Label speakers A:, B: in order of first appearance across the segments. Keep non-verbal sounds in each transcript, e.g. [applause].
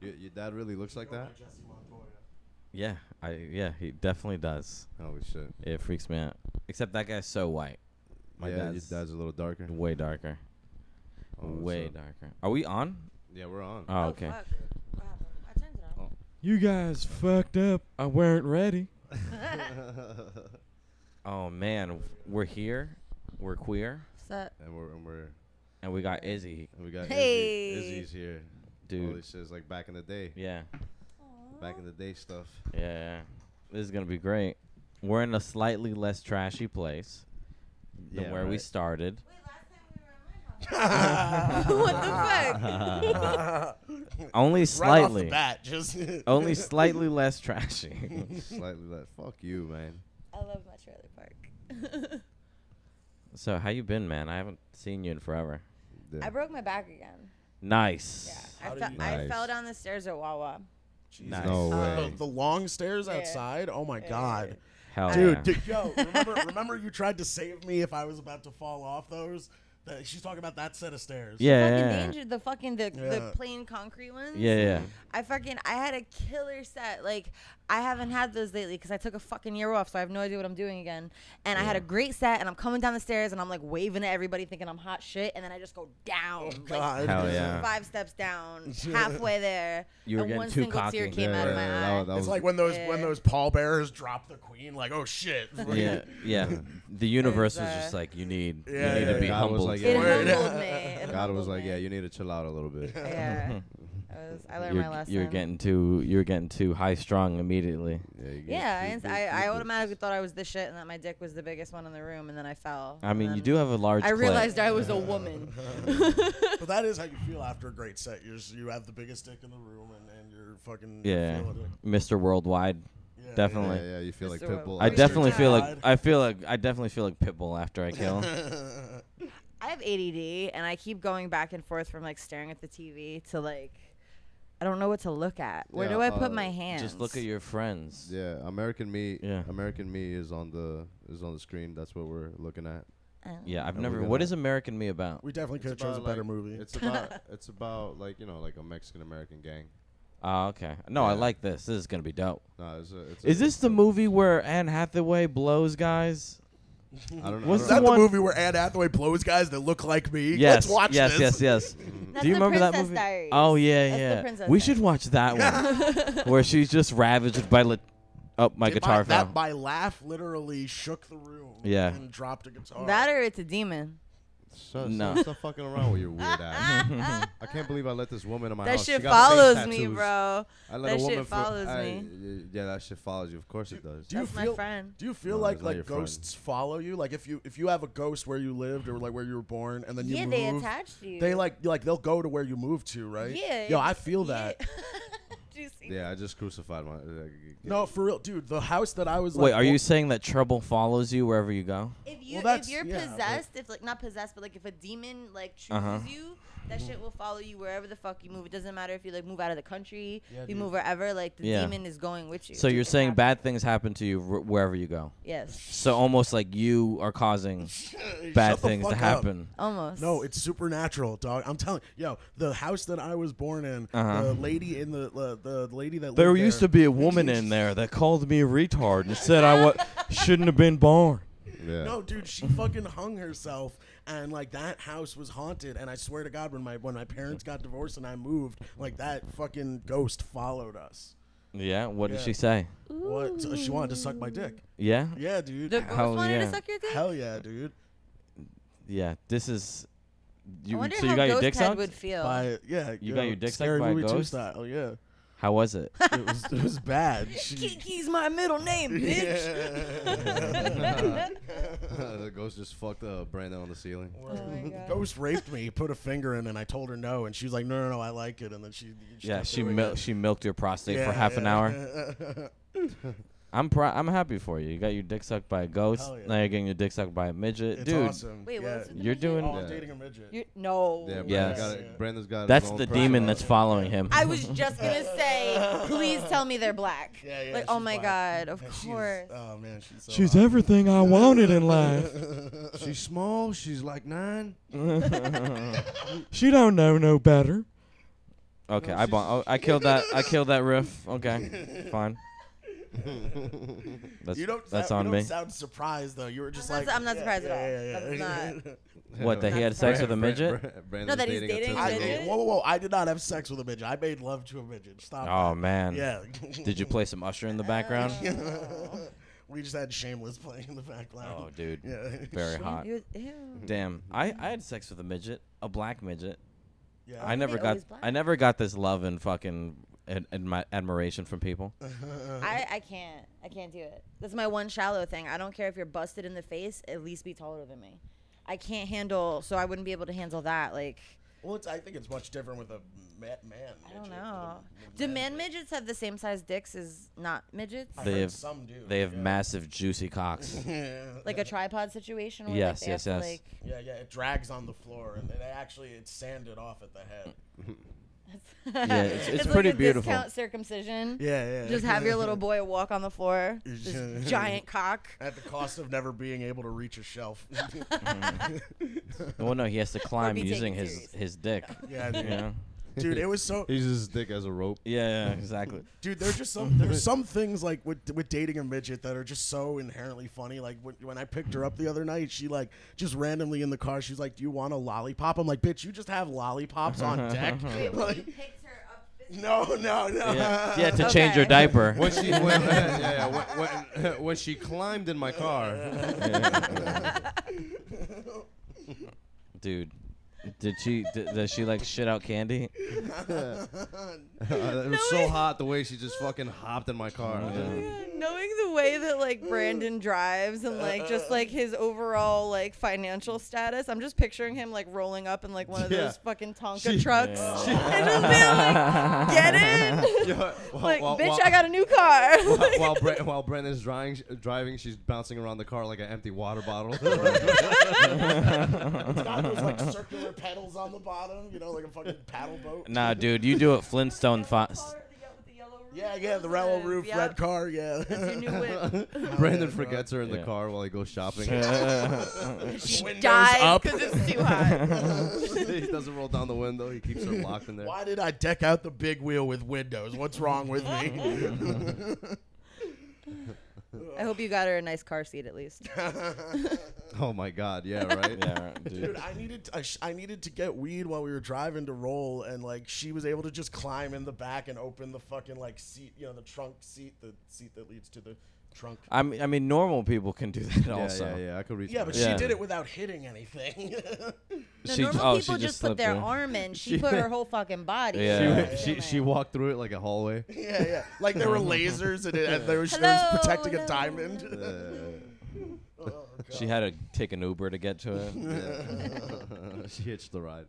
A: Your, your dad really looks like that?
B: Jesse Montoya.
C: Yeah, I yeah, he definitely does.
A: Holy shit.
C: It freaks me out. Except that guy's so white. My
A: yeah,
C: dad's-
A: your dad's a little darker.
C: Way darker.
A: Oh, what's
C: Way
A: up?
C: darker. Are we on?
A: Yeah, we're on.
C: Oh, okay.
D: fuck. What happened? I turned it on.
C: You guys fucked up. I weren't ready.
A: and
C: Oh man, we're here. We're queer,
D: What's
C: [laughs]
D: up?
A: we're [laughs] and we're
C: and we got Izzy,
A: and we got
D: Hey.
A: Izzy. Izzy's here. Holy
C: dude.
A: shit, it's like back in the day.
C: Yeah,
A: Back in the day stuff.
C: yeah, yeah. This is gonna be great. We're in a slightly less trashy place than
A: Yeah,
C: where we
A: right. [laughs]
C: [laughs] started.
D: Wait, last time we were at my house. what the
B: [laughs]
D: fuck?
C: Only
B: Right off
C: slightly. [laughs]
B: the bat, just
C: Only slightly less trashy. [laughs]
A: Slightly less. Fuck you, man.
D: I love my trailer [laughs] park.
C: so how you been, man? I haven't seen you in forever.
A: Yeah.
D: I broke my back again.
C: Nice.
D: Yeah,
B: How
D: I,
B: do
D: fell.
B: you-
D: I
A: Nice.
D: fell down the stairs at Wawa.
B: Jesus.
A: No
D: Uh,
A: way.
B: The, the long stairs
D: Yeah.
B: outside. Oh my
D: Yeah.
B: god,
C: Hell
B: dude,
C: Oh, yeah.
B: dude, Yo, remember, remember you tried to save me if I was about to fall off those. That she's talking about that set of stairs.
C: Yeah,
D: Fucking
C: yeah.
D: danger, the fucking the,
B: Yeah.
D: the plain concrete ones.
C: Yeah, yeah.
D: I fucking I had a killer set. Like I haven't had those lately because I took a fucking year off, so I have no idea what I'm doing again. And I had a great set, and I'm coming down the stairs, and I'm like waving at everybody, thinking I'm hot shit, and then I just go down.
B: God.
D: Like,
C: Hell yeah.
D: Five steps down, halfway there,
C: You were
D: and
C: getting
D: one
C: too
D: single
C: cocky.
D: tear came
A: Yeah,
D: out of
A: yeah,
D: my
A: yeah, that
D: eye.
A: was- that
B: It's
A: was
B: like when those when
D: Yeah.
B: those pallbearers drop the queen, like oh shit.
C: yeah, yeah. The universe was
D: uh,
C: just like, you need,
B: Yeah,
C: you need
B: yeah,
C: to be
A: God was
C: humble.
A: like,
D: it
A: Yeah.
D: humbled
B: Yeah.
D: me.
A: God
D: It
A: was
D: humbled
A: like,
D: me.
A: yeah, you need to chill out a little
D: [laughs]
A: bit.
C: [laughs]
D: Yeah. I, was, I learned
C: you're,
D: my lesson.
C: you're getting too, you're getting too high strong immediately.
A: Yeah, you get-
D: Yeah,
A: you
D: and
A: get-
D: I,
A: you
D: I
A: get-
D: automatically thought I was the shit and that my dick was the biggest one in the room, and then I fell.
C: I
D: and
C: mean, you
D: then
C: do have a large.
D: Um, I
C: clit.
D: realized I
C: [laughs]
D: was a woman. [laughs]
B: But that is how you feel after a great set. You're just, you have the biggest dick in the room, and, and you're fucking
C: Yeah,
B: feeling it.
C: Mr. Worldwide.
B: Yeah,
C: Definitely.
A: Yeah, yeah, you feel like
D: Mr. World.
A: Pitbull.
C: I
D: Mr.
C: definitely feel like
B: Worldwide.
C: I feel like I definitely feel like Pitbull after I kill.
D: [laughs]
C: him.
D: I have ADD, and I keep going back and forth from like staring at the TV to like, I don't know what to look at. Where
A: Yeah,
D: do I put
A: uh,
D: my hands?
C: Just look at your friends.
A: Yeah, American Me.
C: Yeah.
A: American Me is on the is on the screen. That's what we're looking at.
D: I don't
C: Yeah, I've
A: And we're
C: never.
A: gonna-
C: What is American Me about?
B: [laughs] we definitely could have
A: It's
B: chose a
A: about,
B: better
A: like,
B: movie.
A: It's
B: [laughs]
A: about it's about like you know like a Mexican American gang.
C: Oh, okay. No, I
A: Yeah.
C: like this. This is gonna be dope.
A: No, it's a, it's
C: Is
A: a,
C: this the movie where Anne Hathaway blows guys?
A: I don't know. I
C: what's
A: don't
C: the
B: Is that
A: know.
B: the
C: one-
B: movie where Anne Hathaway blows guys that look like me?
C: Yes.
B: Let's watch
C: yes, yes,
B: this.
C: yes,
D: That's
C: Do you
D: the
C: remember that
D: Princess
C: movie?
D: Diaries.
C: Oh yeah,
D: That's the
C: yeah.
D: Princess
C: we
D: Diaries.
C: should watch that
D: [laughs]
C: one, [laughs] where she's just ravaged by. Lit- oh, my
B: If
C: guitar
B: I-
C: fell.
B: That my laugh literally shook the room.
C: Yeah.
B: And dropped a guitar.
D: That or it's a demon.
A: Shut,
C: No.
A: Stop, stop fucking around
C: [laughs]
A: with your weird ass. I can't believe I let this woman in
C: Oh,
A: my
D: That
A: house. She
D: shit
A: got face
D: follows me,
A: tattoos.
D: bro.
A: I let
D: That
A: a
D: shit
A: woman fo-
D: follows
A: I-
D: me.
A: y- Yeah, that shit follows you. Of course it does.
B: do you
D: That's my
B: feel,
D: friend.
B: Do you feel
A: No,
B: like
A: it's not your
B: like
A: friend.
B: ghosts follow you? Like if you if you have a ghost where you lived or like where you were born and then you
D: yeah,
B: move,
D: they attached you.
B: they like like they'll go to where you moved to, right?
D: Yeah.
B: Yo,
D: it's-
B: I feel
D: yeah.
B: that.
D: [laughs] Do you see?
A: Yeah, I just crucified my. uh,
B: No, for real, dude. The house that I was like,
C: Wait, are
B: wa-
C: you saying that trouble follows you wherever you go?
D: If you
B: that's-
D: if you're
B: yeah, but-
D: possessed, if like not possessed, but like if a demon like chooses
C: Uh-huh.
D: you, that shit will follow you wherever the fuck you move. It doesn't matter if you like move out of the country,
B: Yeah,
D: you
B: dude.
D: move wherever. Like the
C: Yeah.
D: demon is going with you.
C: So you're
D: It
C: saying
D: happens.
C: bad things happen to you wh- wherever you go.
D: Yes,
C: So almost like you are causing
B: Shut
C: bad
B: the
C: things to
B: fuck up.
C: happen.
D: almost.
B: No, it's supernatural, dog. I'm telling yo, the house that I was born in,
C: Uh-huh.
B: the lady in the uh, the lady that
C: There
B: lived
C: used to be a woman in there that called me a retard and said I
D: [laughs]
C: wa- shouldn't have been born.
A: Yeah.
B: No, dude, she fucking hung herself, and like that house was haunted. And I swear to God, when my when my parents got divorced and I moved, like that fucking ghost followed us.
C: Yeah, what did
B: Yeah.
C: she say?
B: What? So she wanted to suck my dick.
C: Yeah?
B: Yeah, dude.
D: the ghost
C: Hell
D: wanted
C: yeah.
D: to suck your dick.
B: Hell yeah, dude.
C: Yeah, this is
D: I
C: you
D: wonder
C: so
D: how
C: you got your
D: Ghost
C: dick
D: Head
C: sucked?
D: would feel.
B: By yeah,
C: Oh. You got
B: know,
C: your dick sucked
B: scary
C: by a
B: movie two
C: ghost?
B: style. Yeah,
C: How was it?
B: it was it
C: [laughs]
B: was bad. She,
D: Kiki's my middle name,
B: [laughs]
A: [laughs]
D: bitch.
A: the ghost just fucked uh, Brandon on the ceiling.
D: Oh
B: [laughs]
D: my God.
B: Ghost raped me, put a finger in, and I told her no, and she was like, "No, no, no, I like it." And then she,
C: Yeah,
B: kept
C: she
B: doing
C: mil-
B: it.
C: she milked your prostate for
B: Yeah,
C: half an
B: yeah.
C: hour. I'm pr- I'm happy for you. You got your dick sucked by a ghost.
B: Hell yeah.
C: Now you're getting your dick sucked by a midget,
B: [laughs] it's
C: dude.
B: awesome.
D: Wait,
B: yeah.
D: what was with the
C: You're
D: midget?
C: doing-
B: Oh, I'm
A: Yeah.
B: dating a midget.
D: You're- no.
A: Yeah, Brandon
C: Yes.
A: got it. Brandon's got his
C: That's
A: own
C: the
A: personal-
C: demon that's following him.
D: I was just gonna say, please tell me they're black.
B: Yeah, yeah,
D: like, oh
B: she's
D: my
B: black.
D: god, of
B: And [laughs] she's-
D: course.
B: oh man, she's so
C: She's
B: hot.
C: everything I wanted in life.
A: She's small. She's like nine.
C: She don't know no better. [laughs]
B: [laughs]
C: Okay,
B: No,
C: I
B: she's-
C: bon- oh, I killed that. I killed that riff. Okay,
B: [laughs]
C: fine. That's
B: you don't.
C: that's
B: sound,
C: on
B: you
C: me.
B: Don't sound surprised though. You were just
D: I'm not
B: like,
D: su- I'm not
B: yeah,
D: surprised at
B: yeah,
D: all.
B: yeah, yeah,
D: That's
B: yeah.
C: What, that he had
D: That's
C: sex
D: fine.
C: with a midget?
D: No, that he's dating a
B: [laughs] I,
D: midget?
B: whoa, whoa, whoa! I did not have sex with a midget. I made love to a midget. Stop.
C: Oh man.
B: that. Yeah.
C: Did you
B: [laughs]
C: play some Usher in the background?
D: Oh.
B: we just had Shameless playing in the background.
C: Oh, dude.
B: Yeah.
C: Very hot.
D: He was- ew.
C: Damn. I, I had sex with a midget, a black midget.
B: [laughs] Yeah.
C: I never
D: they
C: got
D: always black?
C: I never got this love and fucking ad- admi- admiration from
B: [laughs]
C: people.
D: I, I can't. I can't do it. That's my one shallow thing. I don't care if you're busted in the face, at least be taller than me. I can't handle, so I wouldn't be able to handle that. Like,
B: Well, it's, I think it's much different with a ma- man.
D: I don't know. Do man midgets have the same size dicks as not midgets?
C: They
B: heard
C: have-
B: some do.
C: They have
B: yeah.
C: massive juicy cocks.
B: [laughs] Yeah.
D: Like a tripod situation? Where
C: Yes,
D: like, they
C: yes,
D: have to,
C: yes.
B: Yeah, yeah, it drags on the floor, and it actually it's sanded off at the head.
D: Like,
C: Yeah,
D: [laughs]
C: it's- it's
D: like
C: pretty
D: a
C: beautiful.
D: Discount circumcision.
B: Yeah, yeah.
D: Just have your
B: [laughs]
D: little boy walk on the floor.
B: Yeah.
D: This giant
B: [laughs]
D: cock.
B: At the cost of never being able to reach a shelf.
D: [laughs]
B: [laughs]
C: well, no, he has to climb
D: be taken
C: using his
D: seriously.
C: his
D: [laughs]
C: dick.
B: yeah,
C: You
B: dude.
C: know?
B: dude, it was so.
A: He uses his dick as a rope.
C: Yeah, yeah, exactly.
B: Dude, there's just some there's some things like with with dating a midget that are just so inherently funny. Like when, when I picked her up the other night, she like just randomly in the car, she's like, "Do you want a lollipop?" I'm like, "Bitch, you just have lollipops
C: [laughs]
B: on deck." [laughs] Like,
D: picked her up.
B: [laughs] no, no, no.
C: Yeah, yeah to change your [laughs]
D: Okay.
C: diaper.
A: When she when, [laughs] yeah, yeah, when, when, [laughs] when she climbed in my car. [laughs]
C: Dude, did she did, does she like shit out
D: [laughs]
C: candy? [laughs]
A: Uh, it was so hot the way she just fucking hopped in my car.
D: Knowing the way that like Brandon drives and like just like his overall like financial status, I'm just picturing him like rolling up in like one of
A: Yeah.
D: those fucking Tonka
A: She-
D: trucks and just being like, "Get
A: [laughs]
D: it,
A: Yeah, [laughs] while-
D: [laughs] like,
A: while-
D: bitch,
A: while-
D: I got a new car."
A: [laughs] While
D: [laughs]
A: while, Bre- while Brennan's driving, sh- driving, she's bouncing around the car like an empty water
D: [laughs]
A: bottle.
B: [laughs] It's got those like circular pedals on the bottom, you know, like a fucking paddle boat.
C: Nah, dude, you do it Flintstone
D: [laughs]
C: [laughs] fast.
B: Yeah, yeah, the Rello roof, red car, yeah.
A: [laughs]
B: [laughs]
A: Brandon forgets her in the
C: Yeah.
A: car while he goes shopping.
D: She
B: Windows
D: dies
B: up.
D: because it's too hot.
A: [laughs]
B: [laughs]
A: he doesn't roll down the window. He keeps her locked in there.
B: Why did I deck out the big wheel with windows? What's wrong with me? [laughs]
D: I hope you got her a nice car seat at least.
A: Oh my God! Yeah, right.
C: Yeah,
B: Dude,
C: dude.
B: I needed to, I, sh- I needed to get weed while we were driving to roll, and like she was able to just climb in the back and open the fucking like seat, you know, the trunk seat, the seat that leads to the trunk.
C: I mean, I mean, normal people can do that
A: Yeah,
C: also.
A: yeah, yeah. I could reach.
B: Yeah,
A: her.
B: but
C: Yeah.
B: she did it without hitting anything. [laughs]
D: No,
C: She-
D: normal
C: oh, she
D: people
C: just
D: just, put
C: slipped
D: their
C: in.
D: arm in. [laughs] She, put her whole fucking body.
C: Yeah.
A: She,
D: in.
A: went- she she walked through it like a [laughs] hallway.
B: yeah, yeah. Like there were lasers, and, it, and there was, she was
D: Hello,
B: protecting a
D: hello.
B: diamond. [laughs]
C: She had to take an Uber to get to
D: [laughs]
C: it.
A: she hitched the ride.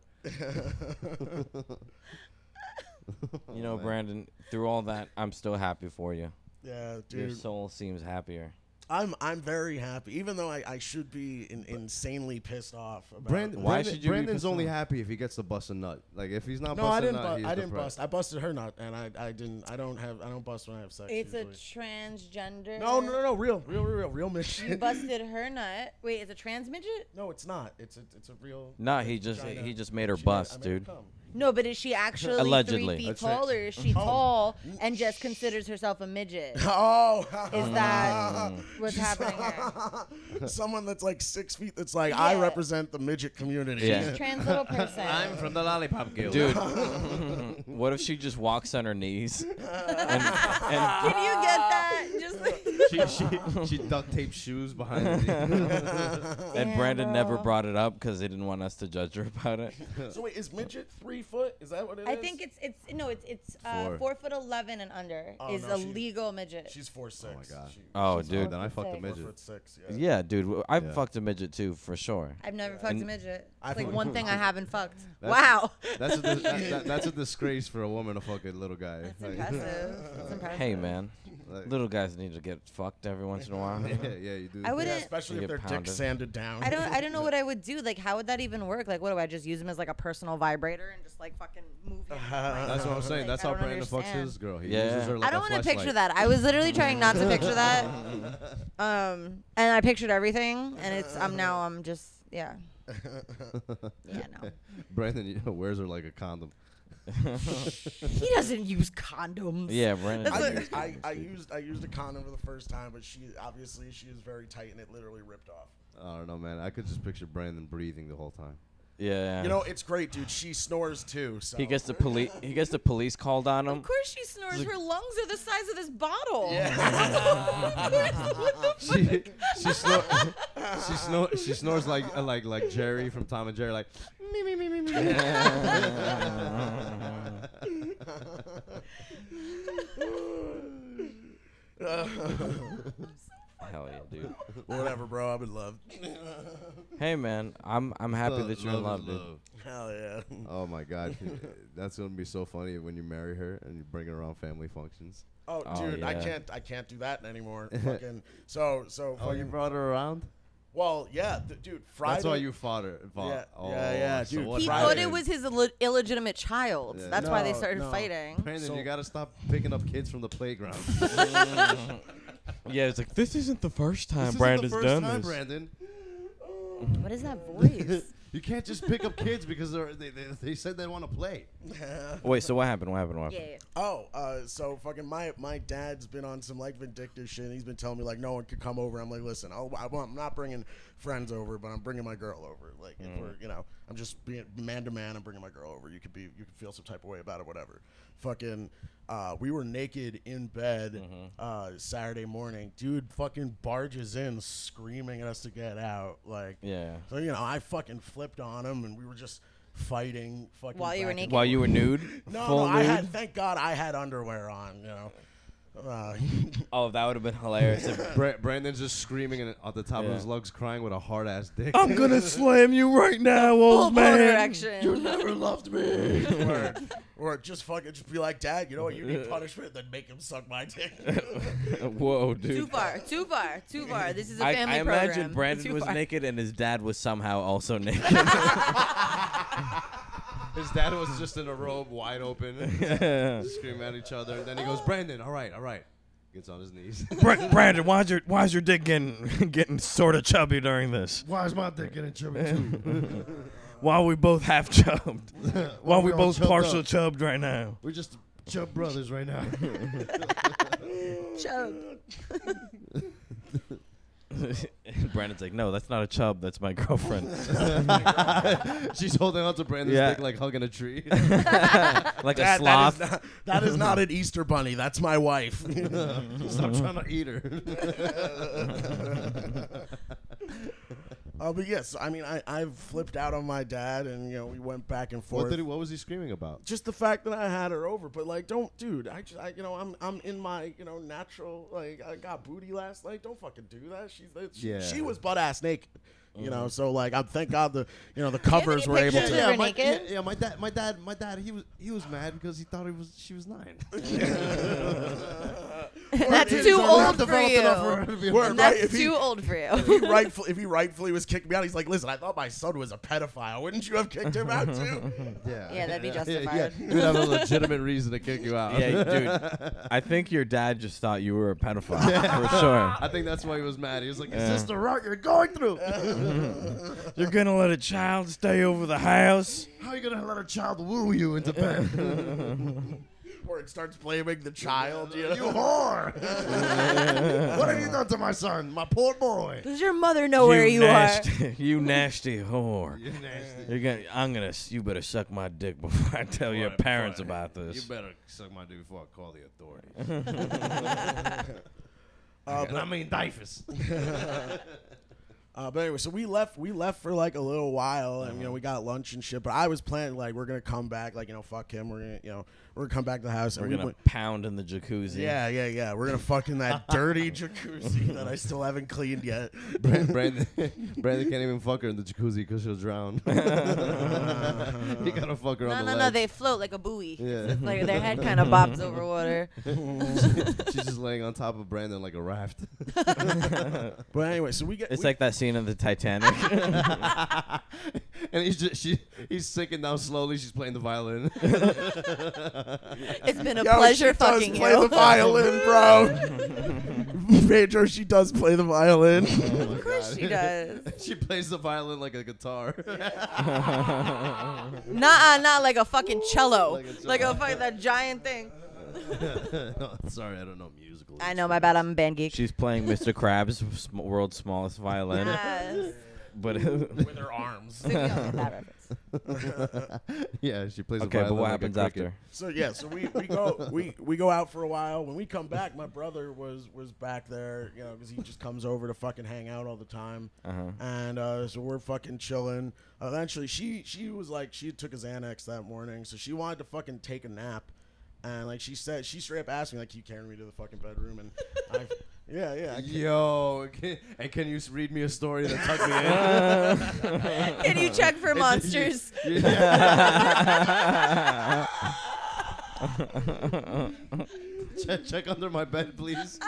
C: You know, Brandon, through all that, I'm still happy for you.
B: Yeah,
C: Your
B: dude.
C: soul seems
D: [laughs]
C: happier.
B: I'm I'm very happy, even though I, I should be in, insanely pissed off. About
A: Brandon,
C: Why
A: Brandon-
C: should you be
A: Brandon's
C: pissed
A: only
C: off?
A: happy if he gets to bust a nut. Like if he's not
B: [laughs] No,
A: busting
B: I didn't.
A: nut,
B: Bu-
A: he's
B: I didn't
A: depressed.
B: bust. I busted her nut, and I, I didn't. I don't have. I don't bust when I have sex.
D: It's a
B: usually.
D: transgender.
B: no, no, no, no. Real, real, real, real, real midget.
D: You busted her nut. Wait, it's a trans midget?
B: [laughs] no, it's not. It's a. It's a real.
C: Nah, he just
B: vagina.
C: he just made her
B: She made- I
C: bust,
B: made her
C: dude.
B: come. [laughs]
D: No, but is she actually
C: Allegedly.
D: three feet
A: That's right.
D: tall, or is she tall and just considers herself a midget?
B: Oh,
C: [laughs]
D: Is that what's
B: [laughs]
D: happening here?
B: someone that's like six feet. That's like I
D: Yeah.
B: represent the midget community.
C: Yeah.
D: Trans
A: [laughs]
D: little person.
A: from the [laughs] Lollipop Guild.
C: Dude, [laughs] what if she just walks on her
D: [laughs]
C: knees? And, and
D: Can you
B: [laughs]
D: get that? Just like,
A: she, she, [laughs] she duct taped shoes behind [laughs] her.
C: and
B: [laughs]
D: Damn,
C: Brandon never
D: girl.
C: brought it up because they didn't want us to judge her [laughs] about
B: [laughs]
C: it.
B: So wait, is midget three foot? Is that what it
D: [laughs]
B: is?
D: I think it's it's no, it's it's uh,
A: Four.
D: four. foot eleven and under
B: Oh,
D: is
B: no,
D: a
B: she-
D: legal midget.
B: she's four six.
A: Oh my God.
B: She,
C: Oh,
A: Dude,
C: dude.
A: then I fucked a
D: Four
B: four
A: midget.
B: foot six. Yeah.
C: Yeah, dude. I
A: Yeah.
C: fucked a midget too, for sure.
D: I've never fucked a
C: And-
D: midget.
B: I've
D: It's like
B: fucked-
D: one thing I haven't fucked.
A: That's-
D: wow.
A: That's a, dis- that,
D: [laughs]
A: that- that's a disgrace for a woman to fuck a little guy.
D: That's
A: Like-
D: impressive. That's impressive.
C: Hey, man.
A: like-
C: Little guys need to get fucked every once in a while.
A: yeah, yeah, you do.
D: I
B: [laughs] Yeah,
D: wouldn't.
B: especially
C: You
B: if
C: get
B: their
C: pounded.
B: dick's sanded down.
D: I don't. I don't know
B: [laughs]
D: what I would do. Like, how would that even work? Like, what do I just use him as like a personal vibrator and just like fucking move him?
A: That's what I'm saying.
D: Like,
A: That's
D: I
A: how
D: don't
A: Brandon fucks
D: understand.
A: his girl. He
C: Yeah.
A: uses her like
D: I don't
A: a
D: want to picture
A: fleshlight. [laughs]
D: that. I was literally trying not to picture that. Um, and I pictured everything, and it's. I'm now. I'm just. Yeah. Yeah. No.
A: [laughs] Brandon you know, wears her like a condom.
D: he doesn't use condoms.
C: yeah, Brandon.
D: That's
B: I,
D: what- [laughs]
B: used, I, I used I used a condom for the first time, but she obviously she was very tight and it literally ripped off.
A: I don't know, man. I could just picture Brandon breathing the whole time.
C: yeah.
B: You know, it's great, dude. She snores too. So
C: he [laughs]
B: [laughs]
C: gets the police. He gets the police called on him. [laughs]
D: Of course she snores. Her lungs are the size of this bottle.
A: [laughs]
D: [laughs]
A: She she snor- [laughs] she, snor- she snores like uh, like like Jerry from Tom and Jerry, like me me me me me.
B: Uh, [laughs]
C: Hell yeah, dude.
B: Whatever, bro. I'm in love.
C: Hey man, I'm I'm happy
A: Love-
C: that you're in love,
A: is
C: dude.
B: [laughs] Hell yeah.
A: Oh my god, that's gonna be so funny when you marry her and you bring her around family functions.
B: Oh,
C: Oh,
B: dude, I
C: yeah.
B: can't I can't do
A: [laughs]
B: that anymore. fucking so so
A: Oh, you
B: fucking.
A: brought her around?
B: well, yeah, th- dude. Friday.
A: That's why you fought her. Fought.
B: Yeah,
A: oh,
B: yeah, yeah,
A: so
B: dude.
A: what
D: He
A: happened?
D: thought it was his Ill- illegitimate child.
A: Yeah.
D: That's why they
B: No,
D: started
B: no.
D: fighting.
A: Brandon,
B: So-
A: you gotta stop picking up kids from the playground.
C: Yeah, it's like this isn't the first time
A: This isn't
C: Brandon's
A: the first
C: done
A: time,
C: this.
A: Brandon.
D: What is that voice?
A: [laughs] You can't just pick up kids because they're, they, they they said they want to play.
C: Wait, so what happened? What happened? What happened?
D: yeah.
B: Oh, uh, so fucking my my dad's been on some like vindictive shit. And he's been telling me like no one could come over. I'm like, listen, I'll, I won't- I'm not bringing friends over, but I'm bringing my girl over. Like if we're you know, I'm just being man to man. I'm bringing my girl over. You could be you could feel some type of way about it, whatever. Fucking, uh, we were naked in bed uh, Saturday morning. Dude, fucking barges in screaming at us to get out. Like
C: Yeah.
B: So you know, I fucking flipped on him, and we were just fighting. Fucking
D: While you were
B: back and
D: naked?
C: While you were nude,
B: no,
C: full
B: no, I
C: nude.
B: had. Thank God, I had underwear on. You know. Uh, [laughs]
C: oh, that would have been hilarious. if-
A: Bra- Brandon's just screaming and at the top of
C: Yeah.
A: his lungs, crying with a hard ass dick.
C: I'm gonna slam you right now,
D: Full
C: old
D: bone
C: man.
B: you
D: erection.
B: never loved me. or, or just fucking just be like, Dad. You know what? You need punishment. Then make him suck
C: [laughs]
B: my dick.
C: [laughs] Whoa, dude.
D: Too far, too far, too far. This is a
C: I,
D: family
C: I
D: program.
C: imagine Brandon
D: Too
C: was
D: far.
C: naked and his dad was somehow also naked.
A: His dad was just in a robe, wide open, [laughs] screaming at each other. Then he goes, Brandon, all right, all right. Gets on his knees.
C: [laughs] Bra- Brandon, why's your why's your dick getting getting sort of chubby during this?
A: [laughs] Why is my dick getting chubby [laughs] too?
C: Why are we both half chubbed? Why are we
A: we all
C: both
A: chubbed
C: partial
A: up?
C: chubbed right now?
A: We're just chub brothers right now.
D: Choked.
C: [laughs] Brandon's like, no, that's not a chub. That's my
B: [laughs]
C: girlfriend.
A: [laughs]
C: [laughs]
A: She's holding on to Brandon's
C: Yeah.
A: dick like hugging a tree.
C: like a
B: Dad, that is,
C: sloth.
B: not, that is
C: [laughs]
B: not an Easter bunny. That's my wife.
A: [laughs]
B: [laughs]
A: Stop trying to eat her.
B: uh, but yes, I mean, I I've flipped out on my dad, and you know, we went back and
A: [laughs]
B: forth.
A: what did he, what was he screaming about?
B: just the fact that I had her over, but like, don't, dude. I just, I, you know, I'm, I'm in my, you know, natural. Like, I got booty last night. Don't fucking do that. She's, that- she,
A: Yeah.
B: she was butt ass naked. You know, so like, I'm thank God the, you know, the covers were able
D: pictures
B: to.
D: of her
A: my,
D: naked?
A: yeah, yeah, my dad, my dad, my dad. He was he was mad because he thought he was she was
D: [laughs]
A: nine.
D: That's
B: Or
D: too
B: not
D: old for
A: developed enough for her
D: you.
A: to be a
B: Word,
A: man.
D: [laughs]
B: right,
D: That's
B: if he-
D: too old for [laughs]
B: He
D: you.
B: rightfully, if he rightfully was kicking me out, he's like, listen, I thought my son was a pedophile. Wouldn't you have kicked him out too?
A: Yeah,
D: Yeah, that'd be justified.
A: you would have a legitimate reason to kick you out. [laughs]
C: Yeah,
B: [laughs]
C: dude. I think your dad just thought you were a pedophile for sure.
A: I think that's why he was mad. He was like, "Is this the route you're going [laughs] through?
C: You're gonna let a child stay over the house?
A: How are you gonna let a child woo you into bed? [laughs]
B: Or it starts blaming the child. You know?
A: you [laughs] whore! what have you done to my son, my poor boy?"
D: Does your mother know where you are?
C: nasty, [laughs] you nasty whore. You're gonna, I'm gonna. You better suck my dick [laughs] before I tell your parents about
A: You
C: this.
A: better suck my dick before I call the [laughs] authorities.
B: Uh,
A: and I mean [laughs] Dyfus.
B: Uh, but anyway, so we left. We left for like a little while, and you know we got lunch and shit. But I was planning like we're gonna come back, like you know, fuck him. We're gonna, you know, we're gonna come back to the house.
C: We're
B: and we
C: gonna
B: went-
C: pound in the jacuzzi.
B: yeah, yeah, yeah. We're gonna fuck in that
C: [laughs]
B: dirty jacuzzi that I still haven't cleaned yet.
A: Brandon, [laughs] Brandon can't even fuck her in the jacuzzi because she'll drown. he gotta fuck her
D: No,
A: on the
D: no, no.
A: ledge. [laughs]
D: They float like a buoy.
A: Yeah.
D: Like their head kind of bobs over water. [laughs]
A: She's just laying on top of Brandon like a raft. [laughs]
B: But anyway, so we get.
C: It's
B: we-
C: like that scene in the Titanic. [laughs]
A: and he's just she he's sinking down slowly. She's playing the violin.
D: It's been a
B: Yo, she
D: pleasure
B: does
D: fucking
B: play the
D: you. [laughs]
B: violin, bro. [laughs] Pedro, she does play
C: [laughs]
B: the violin.
D: [laughs] Of
A: [laughs]
D: course she does.
A: she plays the violin like a guitar.
D: Nah, not like a fucking cello,
A: Like
D: like
A: a
D: a,
A: cello.
D: fucking that giant thing.
A: [laughs] No, Sorry, I don't know musicals.
D: I know, my bad. I'm a band geek.
C: She's playing Mr. Krabs, sm- world's smallest violin.
D: Yes.
C: But [laughs]
E: with her arms.
D: So we all get that reference.
A: [laughs] yeah, she plays.
C: okay,
A: the violin
C: but what
A: like a
C: happens
A: cricket.
C: after?
B: [laughs] So yeah, so we, we go we, we go out for a while. When we come back, my brother was was back there, you know, because he just comes over to fucking hang out all the time.
C: Uh-huh.
B: And uh, so we're fucking chilling. Eventually, she she was like she took his Xanax that morning, so she wanted to fucking take a nap. And like she said, she straight up asked me like, "Can you carry me to the fucking bedroom?" And I, yeah, yeah, I
A: Yo, can, and can you s- read me a story that tucked me
D: [laughs]
A: in?
D: Can you check
A: [laughs]
D: for
B: [laughs]
D: monsters?
A: check, check under my bed, please.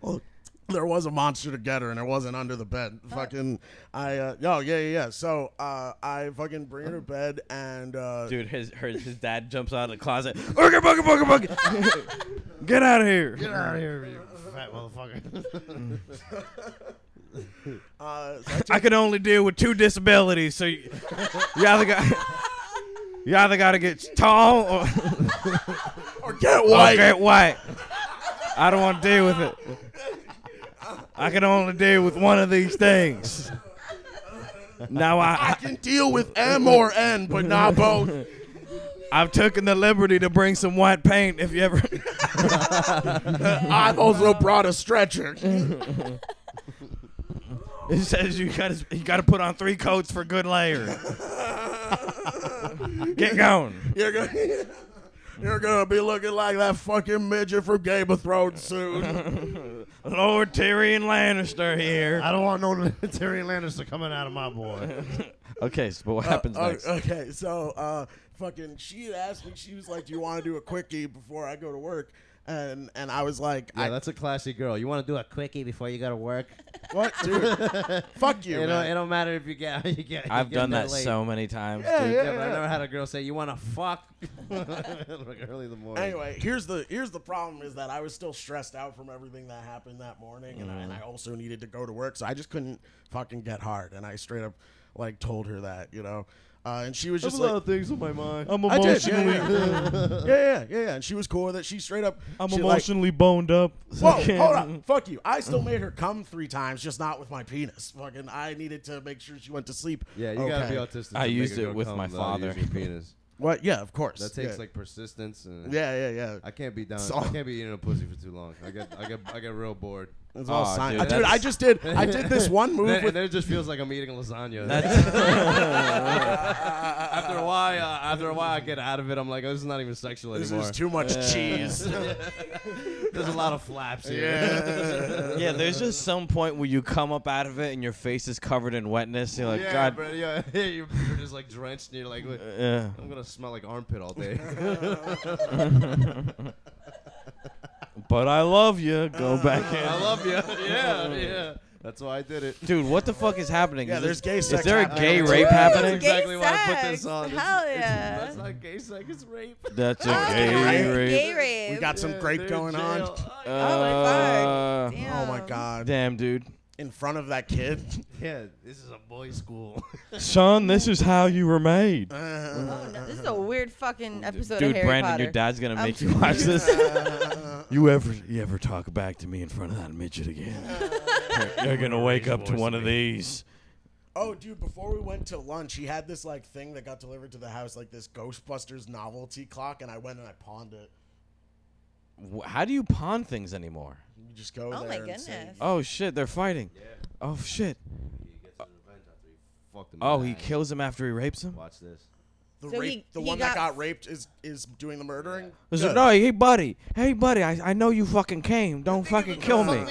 B: Well, there was a monster to get her, and it wasn't under the bed. Fucking, I, uh, oh, yeah, yeah, yeah. So, uh, I fucking bring her to bed, and, uh,
C: Dude, his her, his dad jumps out of the closet. Booga, booga, booga,
A: [laughs]
C: booga. Get out of here.
A: Get out of here, you fat [laughs] motherfucker.
B: uh, so I took-
C: I can only deal with two disabilities, so you, you either got you either gotta get tall or,
B: or get
C: or
B: white.
C: get white. I don't want to deal with it. I can only deal with one of these things. Now
B: I
C: I,
B: can deal with M or N, but not both.
C: I I've taken the liberty to bring some white paint. If you ever, [laughs]
B: I've also brought a stretcher. [laughs]
C: it says you gotta you gotta put on three coats for good layer. Get going. [laughs]
B: You're gonna, [laughs] you're gonna be looking like that fucking midget from Game of Thrones soon.
C: Lord Tyrion Lannister here.
E: I don't want no Terry Lannister coming out of my boy.
C: Okay, so what [laughs] happens
B: Uh,
C: next?
B: okay, so uh, fucking, she had asked me. She was like, "Do you want to do a quickie before I go to work?" And and I was like,
A: [laughs] yeah,
B: I,
A: that's a classy girl. You want to do a quickie before you go to work?
B: "What, dude? Fuck you,
A: It don't,
B: man.
A: it don't matter if you get [laughs] you get.
C: I've
A: you get
C: done
A: there
C: that
A: late.
C: so many times.
A: Yeah,
C: dude.
A: yeah, but I never had a girl say you want to fuck [laughs] like early in the morning.
B: Anyway, here's the here's the problem is that I was still stressed out from everything that happened that morning, and, I, and I also needed to go to work, so I just couldn't fucking get hard. And I straight up like told her that, you know. Uh, and she was just like,
A: things on my mind.
C: I'm
B: I did, yeah, yeah, [laughs] yeah, yeah, yeah, yeah. And she was cool with it. She straight up, she like,
C: boned up. so I
B: Whoa,
C: can't-
B: hold [laughs] on. Fuck you. I still made her come three times, just not with my penis. Fucking, I needed to make sure she went to sleep.
A: yeah, you gotta be autistic. to
C: I
A: make a
C: used it
A: girl
C: with
A: come
C: my
A: without
C: father.
A: using
B: [laughs]
A: penis.
B: What? Yeah, of course.
A: That takes
B: yeah.
A: like persistence. And
B: Yeah, yeah, yeah.
A: I can't be down.
B: So-
A: I can't be eating a pussy for too long. I get, I get, I get real bored. [laughs]
B: It's all
C: Aw,
B: science.
C: dude,
B: Dude, I
C: that's-
B: just did. I did this one
A: And
B: move
A: then,
B: with
A: and
B: [laughs]
A: then it just feels like I'm eating lasagna.
C: That's,
A: [laughs] after a while, uh, after a while, I get out of it. I'm like, oh, this is not even sexual
B: This
A: anymore.
B: is too much cheese.
A: [laughs] There's a lot of flaps here.
C: yeah, there's just some point where you come up out of it and your face is covered in wetness. You're like,
A: yeah,
C: Uh, God.
A: bro, yeah, [laughs] you're, you're just like drenched, and you're like, "Wait,
C: Yeah. [laughs]
A: I'm gonna smell like armpit all day. [laughs]
C: But I love you. Go back in.
A: I love you. [laughs] Yeah, yeah. That's why I did it.
C: Dude, what the fuck is happening?
B: Yeah,
C: Is
B: there's
C: this-
B: gay
C: Is
B: sex
C: there a
B: happening.
C: gay
B: Dude,
C: rape
D: it's
C: happening?
D: gay.
A: Exactly why I put this
D: sex.
A: on.
D: Hell
A: it's,
D: yeah.
A: It's, [laughs] that's not gay sex. It's rape.
C: That's a
D: Oh,
C: gay
D: gay
C: rape.
D: rape.
B: we got some
A: Yeah,
B: grape
A: they're
B: going
A: in
B: on. [laughs]
A: jail. Oh, yeah.
D: Oh my
C: Uh,
D: God. Damn.
B: Oh my god!
C: Damn, dude.
B: In front of that kid.
A: [laughs]
B: [laughs]
A: Yeah, this is a boys' school. [laughs]
C: Son, this is how you were made.
D: Oh, no, this is a weird fucking episode
C: Dude,
D: of Harry
C: Brandon,
D: Potter.
C: your dad's gonna
D: I'm
C: make you watch this.
D: [laughs]
C: you ever you ever talk back to me in front of that midget again? you're, you're gonna wake up to one of these.
B: Oh, dude! Before we went to lunch, he had this like thing that got delivered to the house, like this Ghostbusters novelty clock, and I went and I pawned it.
C: Wh- How do you pawn things anymore?
B: You just go
D: Oh
B: there.
D: my
B: and say-
D: goodness.
C: Oh shit, they're fighting. Oh shit.
A: Fucked him in
C: Oh,
A: the
C: he
A: ass.
C: kills him after he rapes him.
A: Watch this.
B: The,
D: So
B: rape,
D: he-
B: the
D: he
B: one that
D: got-
B: got raped is is doing the murdering.
C: He's like,
B: Good.
C: no, hey buddy, hey buddy, I, I know you fucking came. Don't fucking kill me.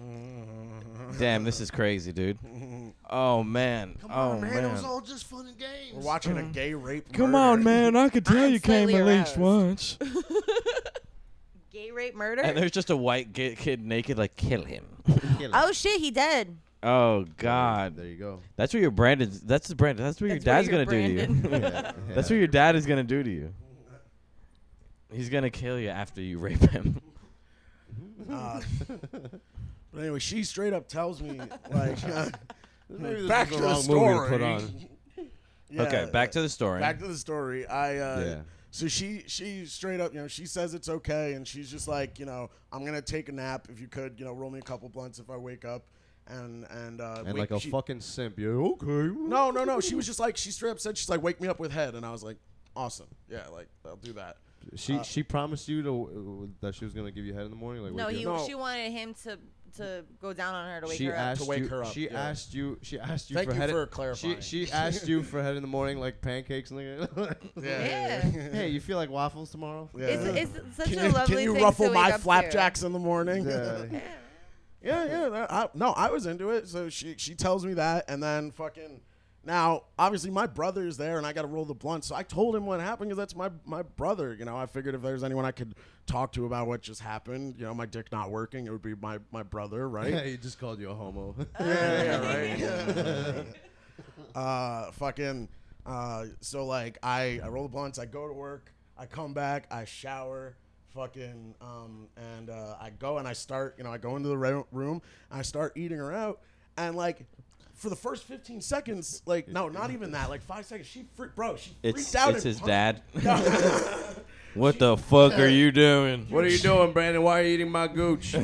C: Mm. Damn, this is crazy, dude. [laughs] Oh man. oh man.
E: just fun and
B: We're
E: games.
B: watching a gay rape.
C: Come
B: murder.
C: on, man. I could tell
D: I'm
C: you came
D: slightly
C: at least
D: aroused.
C: once.
D: [laughs] Gay rape murder?
C: And there's just a white ga- kid naked, like, kill him.
D: oh shit, he dead.
C: [laughs] Oh,
A: There
C: God.
A: you go.
C: That's what your Brandon's. That's the Brandon. That's what your dad's
D: That's what
C: going to do to
F: [laughs]
C: [laughs] you. that's what your dad is going to do to you. He's going to kill you after you rape him.
B: Uh, but anyway, she straight up tells me like [laughs] uh,
A: Maybe this
B: back
A: is
B: to
A: the
B: the
A: wrong
B: story.
A: movie to put on.
B: yeah,
F: okay, back to the story.
B: back to the story. I uh,
A: Yeah.
B: so she she straight up you know she says it's okay and she's just like you know I'm gonna take a nap if you could you know roll me a couple blunts if I wake up and and uh,
A: And like
B: wake-
A: a
B: she-
A: fucking simp, you okay?
B: No, no, no. She was just like she straight up said she's like wake me up with head, and I was like, awesome, yeah, like I'll do that. Uh,
A: She she promised you to uh, that she was gonna give you head in the morning. Like
D: No,
A: wake
D: he,
A: you up?
B: No.
D: she wanted him to to go down on her to wake
A: She
D: her up.
A: asked
B: To wake
A: you.
B: her up,
A: She
B: yeah.
A: asked you. She asked you
B: Thank
A: for
B: you
A: head.
B: for
A: she-
B: clarifying. [laughs]
A: She, asked you for head in the morning, like pancakes and like.
D: Yeah.
B: [laughs]
A: hey, you feel like waffles tomorrow?
B: Yeah.
D: It's, it's such
B: Can
D: a
B: you,
D: lovely
B: can you
D: thing
B: ruffle
D: to wake
B: my
D: up to.
B: flapjacks in the morning?
A: Yeah.
B: [laughs] Yeah, yeah. that- I, no, I was into it. So she she tells me that, and then fucking. Now, obviously, my brother is there, and I got to roll the blunt. So I told him what happened because that's my my brother. You know, I figured if there's anyone I could talk to about what just happened, you know, my dick not working, it would be my my brother, right?
A: yeah. He just called you a homo. [laughs]
B: yeah, yeah, right. [laughs] uh, fucking. Uh, so like, I I roll the blunts. I go to work. I come back. I shower. Fucking. Um, and uh, I go and I start. You know, I go into the ro- room. And I start eating her out. And like, for the first fifteen seconds, like, no, not even that. Like five seconds. She freaked, bro. She
F: it's
B: freaked out.
F: it's
B: and
F: his
B: pu-
F: dad. [laughs] what the fuck are you doing?
A: what are you doing, Brandon? Why are you eating my
B: [laughs]
A: gooch?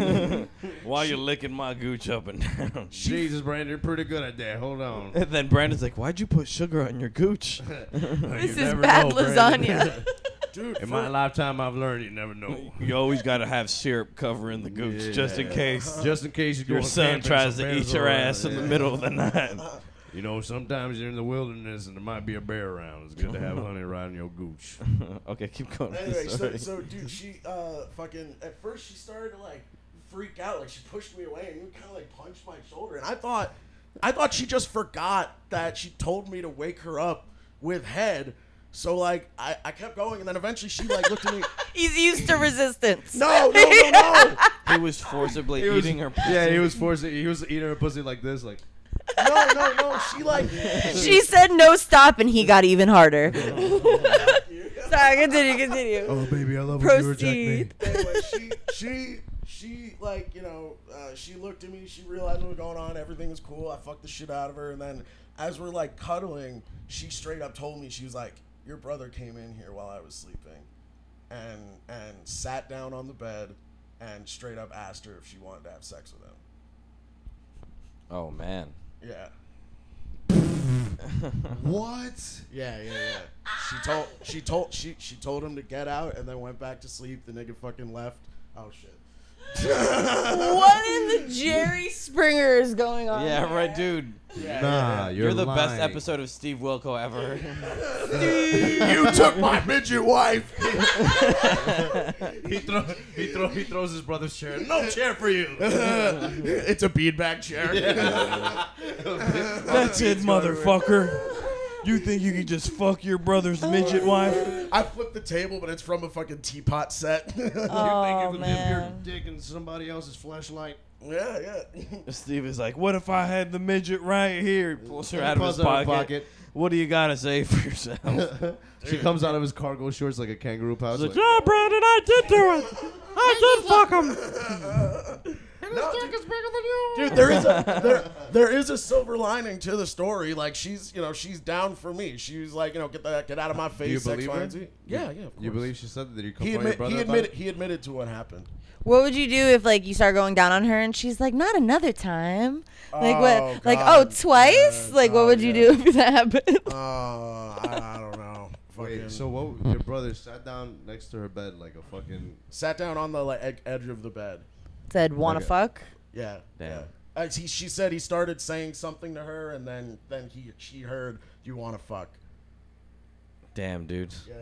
F: Why you licking my gooch up and down?
A: Jesus, Brandon, you're pretty good at that. Hold on.
F: [laughs]
B: [laughs]
F: And then Brandon's like, "Why'd you put sugar on your gooch?"
D: This
A: You
D: is
A: never
D: bad
A: know, Brandon.
C: [laughs]
D: lasagna.
B: [laughs] dude.
A: In
B: for-
A: my lifetime, I've learned you never
B: [laughs]
A: know.
F: you always got to have syrup covering the gooch just in
A: Yeah.
F: case
A: Just in case you
F: your
A: go
F: son
A: camping
F: tries to
A: somewhere,
F: eat
A: so,
F: your
A: uh,
F: ass in the
A: yeah. [laughs]
F: middle of the night. [laughs]
A: You know, sometimes you're in the wilderness and there might be a bear around. It's good to have honey riding your gooch.
F: okay, keep going. with
C: [laughs]
F: the
B: Anyway, so,
F: story.
B: so dude, she uh fucking at first she started to like freak out, like she pushed me away and you kind of like punched my shoulder, and I thought, I thought she just forgot that she told me to wake her up with head. So like I, I kept going, and then eventually she like looked at me.
D: He's used to resistance.
B: [laughs] No, no, no, no,
F: he was forcibly eating her. pussy.
A: Yeah, he was forcing. He was eating her pussy like this, like.
B: no, no, no. She like
D: She said no stop, and he got even harder. [laughs] Sorry, continue, continue.
A: Oh baby, I love
D: when you reject me." Proceed.
B: anyway, she she she like you know uh, she looked at me. She realized what was going on. Everything was cool. I fucked the shit out of her, and then as we're like cuddling, she straight up told me she was like, "Your brother came in here while I was sleeping, and and sat down on the bed, and straight up asked her if she wanted to have sex with him."
F: Oh man.
B: Yeah.
A: What?
B: Yeah, yeah, yeah. She told she told she she told him to get out and then went back to sleep. The nigga fucking left. Oh shit.
D: What in the Jerry Springer is going on?
F: Yeah, right, dude.
B: Yeah,
A: Nah, you're,
F: You're, the best
A: lying. [laughs]
F: episode of Steve Wilco ever.
B: you took my midget wife.
A: He, throw, he, throw, he throws his brother's chair. No
B: [laughs]
A: chair for you.
B: it's a beanbag
A: [laughs]
B: chair.
F: That's it, motherfucker. You think you can just fuck your brother's midget wife?
B: I flipped the table, but it's from a fucking teapot set. [laughs]
D: Oh
A: Your
D: man.
A: dick in somebody else's flashlight.
B: yeah, yeah.
F: Steve is like, what if I had the midget right here? He Pulls her out of his
A: Pulls out
F: pocket.
A: of her
F: What do you gotta say for
A: [laughs]
F: yourself? He's
A: She comes out of his cargo shorts like a kangaroo pouch.
F: like,
A: Like,
F: yeah, Brandon, I did do it. I did fuck him.
B: Dude, there is a there, there is a silver lining to the story. Like she's you know she's down for me. She's like you know get that get out of my face.
A: you
B: X,
A: believe
B: Y,
A: her?
B: and Z. Yeah, yeah. Of course.
A: you believe she said that? Did you
B: He,
A: confront your
B: admit,
A: brother
B: he
A: about
B: admitted
A: it?
B: he admitted to
A: [laughs]
B: what happened.
D: What would you do if like you start going down on her and she's like, not another time? Like what?
B: Oh,
D: Like oh,
B: God.
D: twice?
B: Yeah.
D: Like
B: Oh,
D: what would you
B: yeah.
D: do if that happened?
B: [laughs]
D: [laughs]
B: Uh, I, I don't know. Fucking
A: Wait, so what? Your brother sat down next to her bed like a fucking.
B: sat down on the like ed- edge of the bed.
D: Said wanna
A: Okay.
D: fuck?
B: Yeah.
F: Damn.
B: yeah. Uh, he, she said he started saying something to her, and then then he she heard you want to fuck.
F: Damn, dude.
B: Yeah.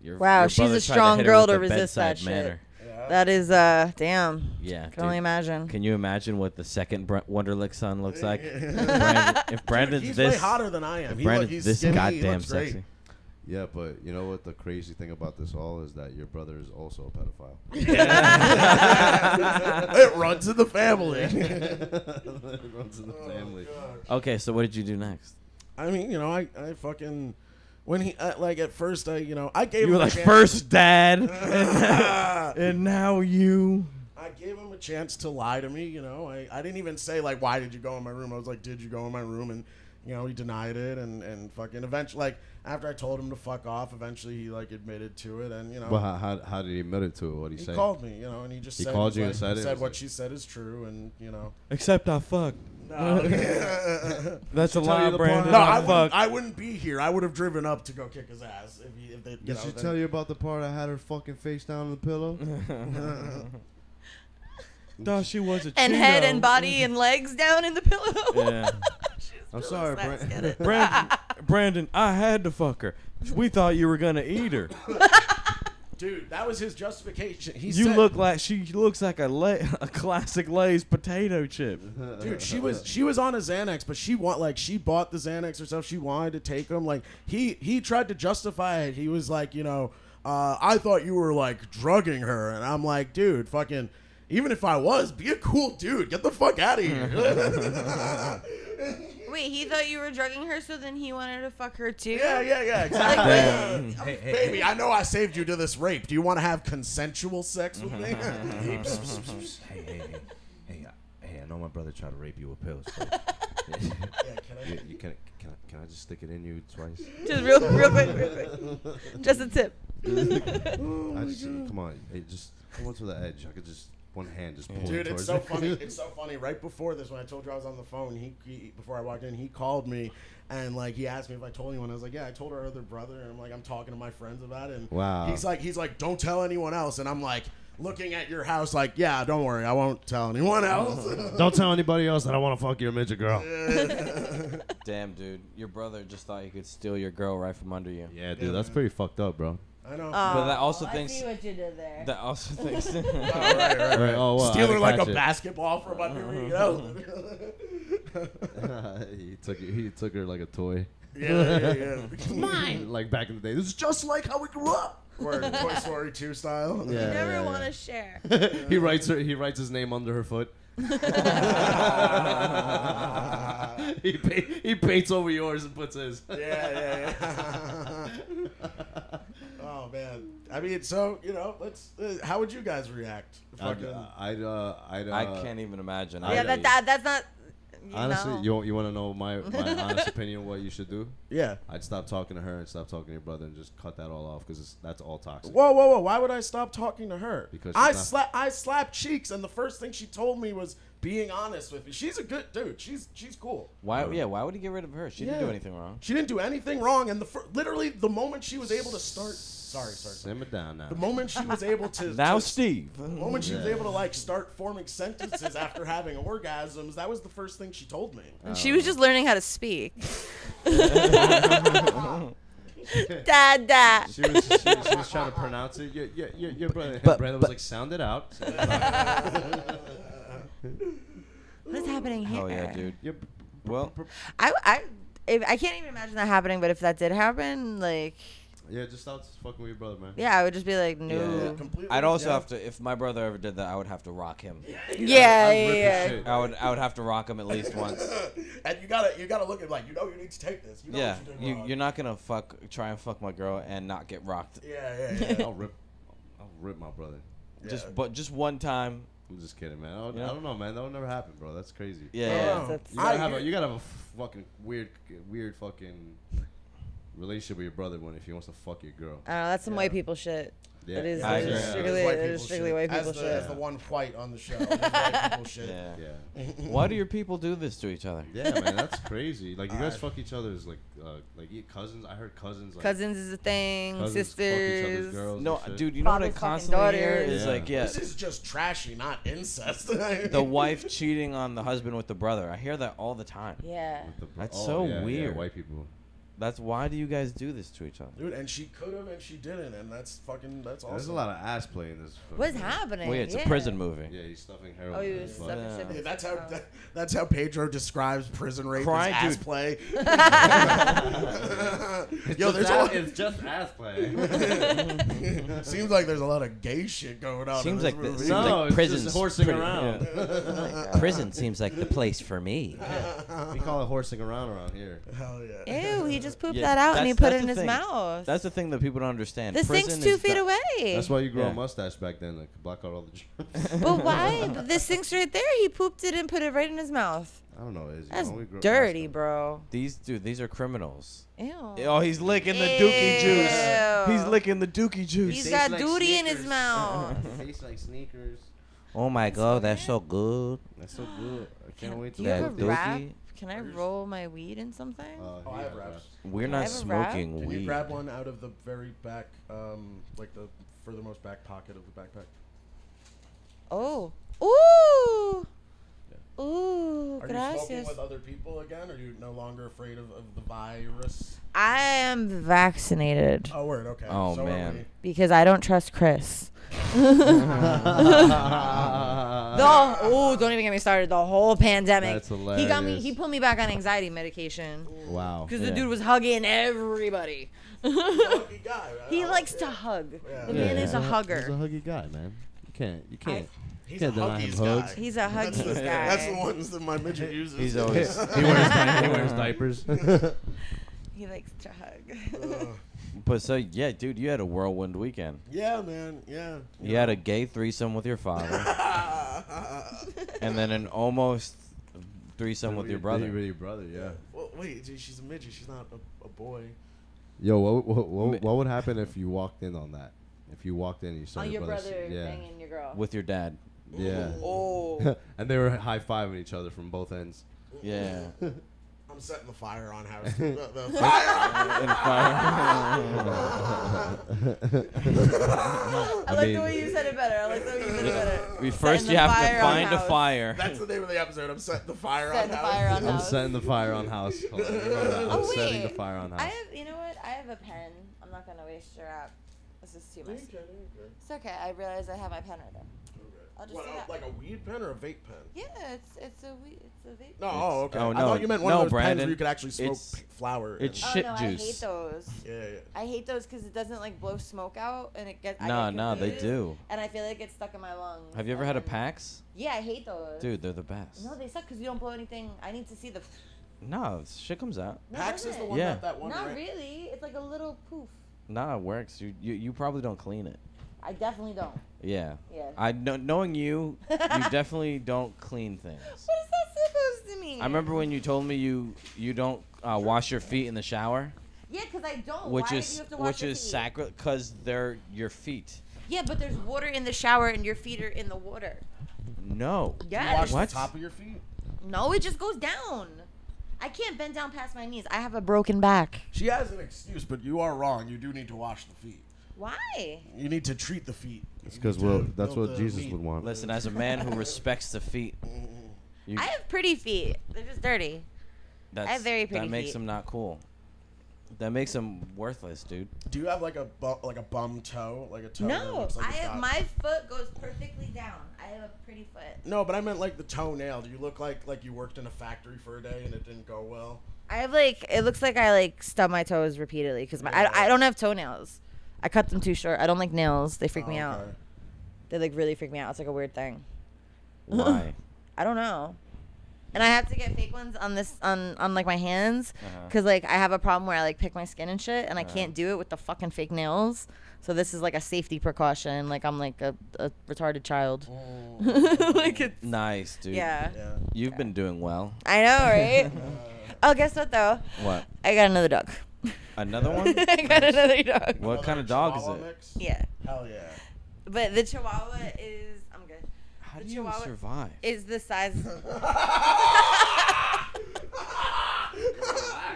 F: Your,
D: Wow,
F: your
D: she's
F: brother
D: a
F: tried hit
D: strong
F: her
D: girl
F: with
D: to
F: the
D: resist that
F: bedside
D: shit.
F: manner.
B: Yeah.
D: That is uh damn.
F: Yeah,
D: Can only
F: dude.
D: imagine.
F: Can you imagine what the second Br- Wonderlick son
B: [laughs]
F: looks like? If Brandon- if Brandon's
B: He's way
F: this,
B: hotter than I am. He look,
F: Brandon's
B: he's
F: this
B: skinny, he
F: goddamn
B: looks great.
F: sexy.
A: Yeah, but you know what? The crazy thing about this all is that your brother is also
G: [laughs]
A: a pedophile. [laughs]
B: [laughs] it runs in the family. [laughs]
A: it runs in the
G: Oh,
A: family.
F: Okay, so what did you do next?
B: I mean, you know, I, I fucking when he uh, like at first I you know I gave [laughs]
F: You
B: him Ah,
F: were
B: a [laughs]
F: like
B: chance.
F: first dad, and now, you.
B: I, I gave him a chance to lie to me. You know, I, I didn't even say like, why did you go in my room? I was like, did you go in my room? And you know, he denied it, and and fucking eventually, like after I told him to fuck off, eventually he like admitted to it, and you know,
A: Well, how, how, how did he admit it to? What he,
B: he
A: say?
B: called me, you know, and he just
A: He
B: said,
A: called you
B: like,
A: and said it?
B: said
A: It's
B: what
A: like-
B: she said is true, and you know,
F: Except I fucked.
B: [laughs]
F: [laughs] That's a
A: tell you
F: lie,
A: the
F: Brandon.
A: porn- Oh,
B: no, I
F: I
B: wouldn't,
F: fucked.
B: I wouldn't be here. I would have driven up to go kick his ass if, he, if they, you
H: Did
B: know,
H: she
B: then-
H: tell you about the part I had her fucking face down on the
G: [laughs]
H: pillow?
F: Thought she was a
D: and head and
F: Cheeto.
D: body and legs down in the [laughs] pillow.
F: Yeah.
H: I'm sorry,
D: Let's
H: Brent. [laughs]
D: get it.
F: Brandon, Brandon, I had to fuck her. We thought you were gonna eat her.
B: dude, that was his justification. He
F: You
B: said,
F: look like she looks like a la- a classic Lay's potato chip.
B: dude, she was she was on a Xanax, but she want like she bought the Xanax herself. She wanted to take them. Like he he tried to justify it. He was like, you know, uh, I thought you were like drugging her, and I'm like, dude, fucking. Even if I was, be a cool dude. Get the fuck out of here.
D: Wait, he thought you were drugging her, so then he wanted to fuck her too.
B: [laughs] yeah, yeah, yeah. Exactly.
D: Like, wait,
B: Baby, I know I saved you to this rape. Do you want to have consensual sex with
H: [laughs]
B: me?
G: hey, psst, psst, psst, psst. hey, hey, hey, hey, I- hey! I know my brother tried to rape you with pills. But
B: [laughs]
G: [laughs] you, you can, can, I- can I just stick it in you
B: [laughs]
G: twice? [laughs]
D: just real, real quick, real quick. Just a tip.
G: I just, come on, hey, just come on to the edge. I could just one hand just pull it
B: Dude,
G: towards
B: it's so
G: it. [laughs]
A: [laughs]
B: funny. It's so funny. Right before this, when I told you I was on the phone, he, he before I walked in, he called me and like he asked me if I told anyone. I was like, yeah, I told her other brother, and I'm like, I'm talking to my friends about it. And
G: Wow.
B: He's like, he's like, don't tell anyone else, and I'm like. Looking at your house, like, yeah, don't worry, I won't tell
A: [laughs]
B: anyone else. [laughs]
H: Don't tell anybody else that I want to fuck your midget girl.
C: Damn, dude, your brother just thought he could steal your girl right from under you.
A: Yeah, dude, that's pretty fucked up, bro.
B: I know.
C: But that also
D: Oh, I
C: thinks
D: see what you did there.
C: that
D: [laughs]
C: also thinks [laughs]
B: Right, right, right.
A: Right, oh, well, I
B: Steal her
A: didn't
B: like
A: catch
B: a
A: it.
B: basketball from under me. You know?
A: Uh-huh. [laughs] he took he took her like a toy.
B: [laughs] yeah, yeah, yeah.
A: [laughs] like back in the day, this is just like how we grew [laughs] up.
B: Or Toy Story 2 style.
D: you never
A: yeah,
D: want to share.
A: he writes her. He writes his name under her
C: [laughs]
A: foot. [laughs] he pa- he paints over yours and puts his.
B: [laughs]
A: [laughs]
B: yeah, yeah, yeah. [laughs] oh man, I mean, so you know, let's. Uh, how would you guys react?
A: I'd,
B: Fucking-
A: I'd, uh, I'd, uh,
C: I can't even imagine.
A: I-
D: yeah,
C: I,
D: that, that that's not. You
A: Honestly,
D: know.
A: you you want to know my,
C: [laughs]
A: my honest opinion of what you should do?
B: yeah.
A: I'd stop talking to her and stop talking to your brother and just cut that all off because that's all toxic.
B: Whoa, whoa, whoa! Why would I stop talking to her?
A: Because
B: I
A: she's not-
B: slap, I slapped cheeks, and the first thing she told me was being honest with me. She's a good dude. She's she's cool.
C: why? Yeah, why would he get rid of her? She didn't do
B: Yeah.
C: anything wrong.
B: She didn't do anything wrong, and the fir- literally the moment she was able to start. Sorry, sorry. sorry.
A: Simmer down now.
B: The moment she was able to
F: Now,
B: to-
F: Steve.
B: The moment she was able to like start forming sentences after having orgasms, that was the first thing she told me.
D: And she was just learning how to speak. [laughs] dad, dad.
A: She was, she, was- she was trying to pronounce it. Your, your, your, your brother, her brother was like, sound it out.
D: What is happening here?
C: Hell Oh, yeah, dude.
A: Your,
C: Well,
D: I, I, if, I can't even imagine that happening. But if that did happen, like,
A: yeah, just stop fucking with your brother, man.
D: yeah, I would just be like, no.
B: Completely.
C: I'd also
B: yeah.
C: have to. If my brother ever did that, I would have to rock him.
D: Yeah, yeah,
A: Rip his
D: yeah.
A: shit.
C: I would. I would have to rock him at least once.
B: [laughs] and you gotta you gotta look at like you know you need to take this. You know
C: Yeah,
B: what
C: you,
B: you're
C: you're not gonna fuck. Try and fuck my girl and not get rocked.
B: yeah, yeah, yeah.
A: I'll rip, I'll rip my brother.
D: [laughs]
B: Yeah.
C: Just but just one time.
A: I'm just kidding, man. I don't,
C: Yeah.
A: I don't know, man. That would never happen, bro. That's crazy.
C: Yeah.
B: Oh,
D: that's-
A: You gotta
B: I
A: have a,
B: hear-
A: you gotta have a fucking weird, weird fucking relationship with your brother when if he wants to fuck your girl.
D: I don't know. That's some white people shit.
A: Yeah.
D: It is,
C: I
D: it
C: agree.
D: is
C: Yeah.
D: strictly,
B: White
D: it
B: people
D: is strictly
B: shit.
D: white
B: as
D: people
B: the,
D: shit.
B: As the one white on the show, it was white people shit. [laughs]
C: Yeah.
A: Yeah.
C: Why do your people do this to each other?
A: Yeah, man, that's crazy. Like you guys
B: Alright.
A: fuck each other's like, uh, like you- cousins. I heard cousins. Like,
D: Cousins is a thing.
A: cousins Fuck each other's
D: sisters.
A: girls
C: No,
A: and shit.
C: dude. You know what I
D: Father's fucking
C: constantly hear
D: daughters.
C: is
A: Yeah.
C: like, yeah,
B: This is just trashy, not incest. [laughs]
C: the wife cheating on the husband with the brother. I hear that all the time.
D: Yeah.
A: The br-
C: That's so
A: yeah, yeah,
C: weird.
A: white people.
C: That's why do you guys do this to each other?
B: Dude, and she could have and she didn't, and that's fucking that's awesome.
A: There's a lot of ass play in this. fucking
D: What's
A: movie.
D: happening?
C: Well, yeah, it's a prison movie.
A: Yeah, he's stuffing heroin.
D: Oh,
A: in
D: you
A: his
D: just
A: butt.
D: stuff
A: [laughs]
C: Yeah.
D: and
B: Yeah,
D: shit.
B: that's how that, that's how Pedro describes prison rape
C: Cry,
B: as ass
C: dude.
B: play. [laughs]
C: [laughs]
A: It's
B: Yo,
A: just
B: there's a
A: ass-
B: lot-
A: it's just ass play.
B: [laughs] Seems like there's a lot of gay shit going on.
C: Seems
B: in this
C: like the-
B: movie.
C: seems
B: [laughs]
C: like
A: [laughs] No, it's
C: prison's
A: just horsing
C: pretty-
A: around.
C: [laughs] Prison seems like the place for me.
D: [laughs]
A: We call it horsing around around here.
B: Hell yeah.
D: Ew, he just pooped
C: Yeah,
D: that out and
C: that's-
D: he put
C: that's
D: it in
C: the
D: his
C: thing.
D: mouth.
C: That's the thing that people don't understand.
D: this
C: Prison
D: thing's two
C: is
D: feet
C: not-
D: away.
H: That's why you grow
C: Yeah.
H: a mustache back then, like block out all the. germs.
C: [laughs]
D: But why? this thing's right there. He pooped it and put it right in his mouth.
H: I don't know. Is
D: That's dirty, bro.
C: These dude, these are criminals.
D: Ew.
C: Oh, he's licking the dookie juice. He's
D: Ew.
C: licking the dookie juice.
D: Uh, He's
H: tastes
D: got
H: like
D: duty in his
H: Snickers.
A: [laughs]
D: mouth.
H: Tastes like sneakers.
C: Oh my god, that's so good.
H: That's so good. I can't wait to.
D: Do you have a
C: That dookie.
D: wrap? Can I roll my weed in something?
H: Uh,
B: Oh,
H: he
B: I have
H: has
B: wraps.
H: wraps.
C: We're
D: I
C: not
D: have a wrap?
C: smoking
B: Can
C: weed.
B: you grab one out of the very back, um, like the furthermost back pocket of the backpack?
D: oh. Ooh. Ooh,
B: Are you smoking
D: gracias.
B: with other people again? Are you no longer afraid of, of the virus?
D: I am vaccinated
B: Oh, word. Okay.
C: Oh,
B: so are
C: man.
B: we.
D: because I don't
C: [laughs]
D: trust Chris. [laughs]
H: [laughs]
C: Uh,
D: the oh, don't even get me started. The whole pandemic.
H: That's
D: He got me.
H: hilarious.
D: He put me back on anxiety medication
H: Wow.
D: because the
C: Yeah.
D: dude was hugging everybody. [laughs]
B: Lucky guy. right?
D: he
B: Oh,
D: likes to
B: yeah.
D: hug.
B: Yeah.
D: The man is a
H: He's a
D: hugger.
H: huggy guy, man. You can't. You
D: [laughs]
H: can't.
B: He's
H: Yeah,
B: a
H: the lion
B: huggies
H: hugs.
B: guy.
D: He's a
B: That's the,
D: huggies guy.
B: that's the ones that my midget uses.
C: He's
B: [laughs]
C: always.
H: he, wears, he wears [laughs] diapers.
D: He likes to [laughs] hug.
B: Ugh.
C: But so yeah, dude, you had a whirlwind weekend.
B: yeah, man. Yeah.
C: You had a gay threesome with your [laughs]
B: [laughs]
C: father, and then an almost threesome with your brother.
H: With your brother, yeah.
B: Well, wait, dude, she's a midget. She's not a, a boy.
H: Yo, what, what, what, what would happen if you walked in on that? If you walked in and you saw
D: oh, your
H: brother's-
D: brother
H: yeah,
D: banging your girl.
C: with your dad.
H: yeah.
C: [laughs]
B: [laughs]
D: oh.
H: [laughs] and they were high fiving each other from both ends.
D: [laughs]
C: Yeah.
B: I'm setting the fire on house. the, the fire.
D: [laughs]
C: And fire-
D: I, like
H: mean-
D: the way you said it better. I like the way you said it better.
C: we first
D: the
C: you have
D: fire
C: to
D: on
C: find a
D: house.
C: fire.
B: That's the name of the episode. I'm setting the fire
D: Setting
B: on
D: the
B: house.
D: fire
H: [laughs]
D: on
H: I'm
D: house.
H: setting the fire on house.
B: [laughs]
H: Hold on, remember that. I'm
D: [laughs] Oh,
H: setting the
D: wait.
H: fire on house.
D: I have, you know what? I have a pen. I'm not gonna waste your app. This is too much. It's okay. I realize I have my pen right there. I'll just
B: What,
D: do
B: a-
D: that.
B: like a weed pen or a vape pen?
D: Yeah, it's it's a we it's a vape.
B: No, oh, okay.
C: oh,
B: I
C: no.
B: thought you meant one
C: No,
B: of those pens
C: Brandon.
B: where you could actually smoke
C: It's-
B: p- flower.
C: it's
B: in.
D: Oh
C: Shit
D: no, I hate
C: juice.
D: those.
B: yeah, yeah.
D: I hate those because it doesn't like blow smoke out and it gets. I
C: No,
D: get
C: no, they
D: confused,
C: do.
D: And I feel like it's stuck in my lungs.
C: Have you ever had a
D: and-
C: PAX?
D: Yeah, I hate those.
C: Dude, they're the best.
D: No, they suck because you don't blow anything. I need to see the.
C: No, shit comes out.
D: No,
B: Pax
D: does
B: is the
D: it?
B: one
C: Yeah.
B: that that one.
D: Not
B: right?
D: really. It's like a little poof.
C: Nah, it works. You, you you probably don't clean it.
D: I definitely don't.
C: Yeah.
D: Yeah.
C: I know, knowing you, you
D: [laughs]
C: definitely don't clean things.
D: What is that supposed to mean?
C: I remember when you told me you you don't uh, wash your feet in the shower,
D: Yeah, because I don't.
C: which
D: Oh, Why do
C: is
D: you have to wash
C: which
D: your
C: is
D: feet?
C: sacri because they're your feet.
D: Yeah, but there's water in the shower and your feet are in the water.
C: No.
D: Yes.
B: Wash
C: What?
B: the top of your feet.
D: No, it just goes down. I can't bend down past my knees. I have a broken back.
B: She has an excuse, but you are wrong. You do need to wash the feet.
D: Why?
B: You need to treat the feet.
H: It's because that's what Jesus would want.
C: Listen, as a man who respects the feet, you,
D: [laughs] I have pretty feet. They're just dirty.
C: that's,
D: very
C: that
D: pretty
C: makes
D: feet.
C: them not cool. That makes them worthless,
D: [laughs]
C: dude.
B: Do you have like a bu- like a bum toe, like a toe? that
D: no,
B: looks like
D: I
B: it's
D: have
B: got-
D: my foot goes perfectly down. I have a pretty foot.
B: No, but I meant like the toenail. Do you look like like you worked in a factory for a day and it didn't go well?
D: I have like it looks like I like stub my toes repeatedly because my I, I don't have toenails. I cut them too short. I don't like nails. They freak me
B: Oh,
D: out.
B: okay.
D: They like really freak me out. It's like a weird thing.
C: Why?
D: I don't know. And I have to get fake ones on this on on like my hands
C: Uh-huh.
D: because like I have a problem where I like pick my skin and shit, and I can't do it with the fucking fake nails. So this is like a safety precaution. Like I'm like a, a retarded child. [laughs] like it's
C: nice, dude.
D: yeah.
B: Yeah. Uh,
C: You've been doing well.
D: I know, right?
C: [laughs]
D: oh, guess what though?
C: What?
D: I got another dog. [laughs]
C: Another
D: I [laughs]
C: one?
D: got another dog.
C: What
B: Another
C: kind of dog is
B: Chihuahua
C: it?
B: mix?
D: Yeah,
B: Hell yeah.
D: [laughs] but the Chihuahua is I'm good.
C: How
D: The
C: do you
D: Chihuahua-
C: survive?
D: Is
C: [laughs]
D: the size? [laughs]
B: I,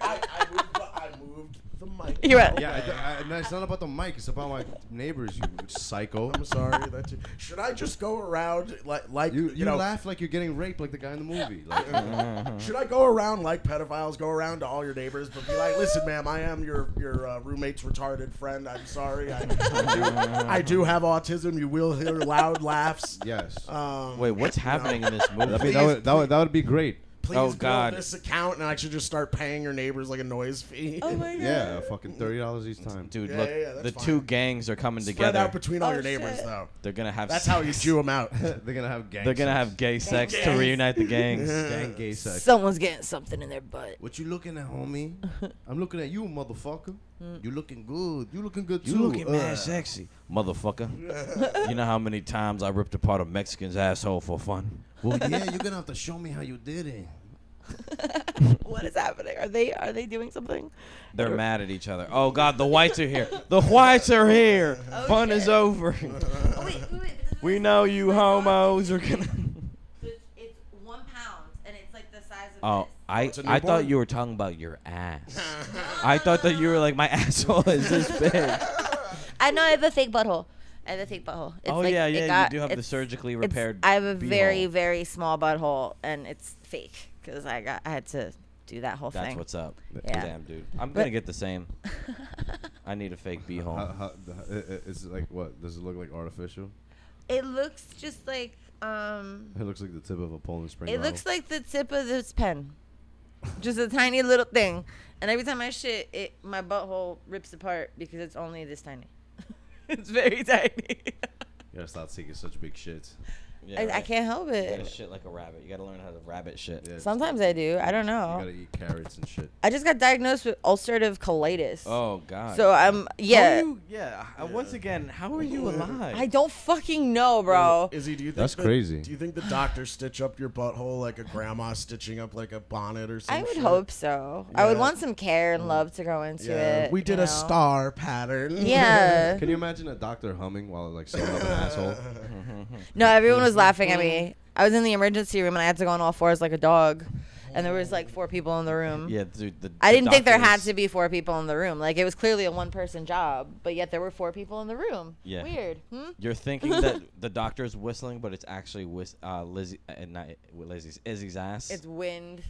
B: I, moved, the- I moved the mic.
D: You're right.
H: Yeah, I th- I, no, it's not about the mic. It's about my neighbors. You psycho.
B: I'm sorry. That's it. Should I just go around like like
H: You,
B: you,
H: you,
B: know?
H: laugh like you're getting raped, like the guy in the movie.
A: uh,
H: Like,
B: Should I go around like pedophiles go around to all your neighbors, but be like, "Listen, ma'am, I am your your uh, roommate's retarded friend. I'm sorry. I, I, do, I do have autism. You will hear loud laughs."
H: yes.
B: Um,
C: Wait, what's happening in this movie?
B: [laughs]
H: I mean, that would, that would that would be great.
B: please
C: Oh,
B: build
C: God.
B: this account and I should just start paying your neighbors like a noise fee.
D: Oh
B: [laughs]
D: my god.
A: Yeah, fucking thirty dollars each time.
C: Dude,
B: Yeah,
C: look,
B: yeah, yeah, that's
C: the
B: fine.
C: two gangs are coming
B: Spread
C: together.
B: out between all
D: Oh,
B: your neighbors
D: shit.
B: though.
C: They're gonna have.
B: That's
C: sex.
B: how you chew them out.
A: [laughs] They're gonna have gang.
C: They're gonna have gay sex to
D: sex.
C: reunite
B: [laughs]
C: the gangs.
A: gang gay sex.
D: Someone's getting something in their butt.
A: What you looking at, homie? I'm looking at you, motherfucker. You looking good. You looking good too.
C: You looking
A: Uh,
C: mad sexy, motherfucker.
D: [laughs]
C: you know how many times I ripped apart a Mexican's asshole for fun?
A: Well, yeah, you're gonna have to show me how you did it.
D: [laughs] what is happening? Are they are they doing something?
C: They're mad at each other. Oh God, the whites are here. The whites are here. Fun is
D: shit.
C: over.
D: [laughs] Oh, wait, wait, wait. but doesn't
C: we
D: this-
C: know you
D: the dog-
C: homos are
D: [laughs]
C: gonna.
D: so It's, it's one pound and it's like the size of
C: Oh,
D: this.
C: I
B: it's a
C: I thought
B: newborn?
C: you were talking about your ass.
B: [laughs]
C: I thought that you were like my [laughs] asshole is
D: [laughs]
C: this big.
D: I know I have a fake butthole. I have a fake butthole. It's
C: Oh
D: like,
C: yeah,
D: it
C: yeah.
D: got-
C: you do have the
D: it's-
C: surgically
D: it's-
C: repaired.
D: I have a very
C: beehole.
D: very small butthole and it's fake because I got I had to do that whole
C: That's
D: thing.
C: what's up.
D: Yeah.
C: Damn, dude. I'm
D: But-
C: gonna get the
D: [laughs]
C: same. I need a fake
A: How,
C: beehole.
A: how, i- i- is it like what? Does it look like artificial? [laughs]
D: it looks just like um.
A: It looks like the tip of a Poland spring.
D: It looks like the tip of this pen, just a tiny little thing. And every time I shit, it my butthole rips apart because it's only this tiny. [laughs] it's very tiny. [laughs]
A: You gotta stop taking such big shits.
C: Yeah,
D: I, I
C: right.
D: can't help
C: You gotta
D: it.
C: shit like a rabbit. You gotta learn how to rabbit shit.
A: Yeah, it's-
D: Sometimes I do. I don't
A: You
D: know.
A: gotta eat carrots and
D: [laughs]
A: shit.
D: I just got diagnosed with ulcerative colitis.
C: Oh God.
D: So I'm yeah.
C: yeah. Once again, how are you alive?
D: I don't fucking know, bro.
B: Izzy, do you think
A: That's
B: that-
A: crazy.
B: Do you think the doctors stitch up your butthole like a grandma stitching up like a bonnet or
D: I
B: something?
D: would hope so. I would
B: Yeah.
D: want some care and love to go into it.
B: we
D: you
B: did
D: know?
B: a star pattern. [laughs]
D: Yeah.
A: Can you imagine a doctor humming while like sewing [laughs] up an asshole?
D: No, everyone was laughing at me. I was in the emergency room and I had to go on all fours like a dog. And there was like four people in the
C: [laughs]
D: room.
C: Yeah, dude. The,
D: I
C: the
D: didn't think there had
C: doctors-
D: to be four people in the room. Like it was clearly a one person job, but yet there were four people in the room.
C: Yeah.
D: Weird. Hmm?
C: You're thinking
D: [laughs]
C: that the doctor's whistling, but it's actually whis- uh, Lizzie, uh, not Lizzie's, Izzy's ass.
D: It's wind.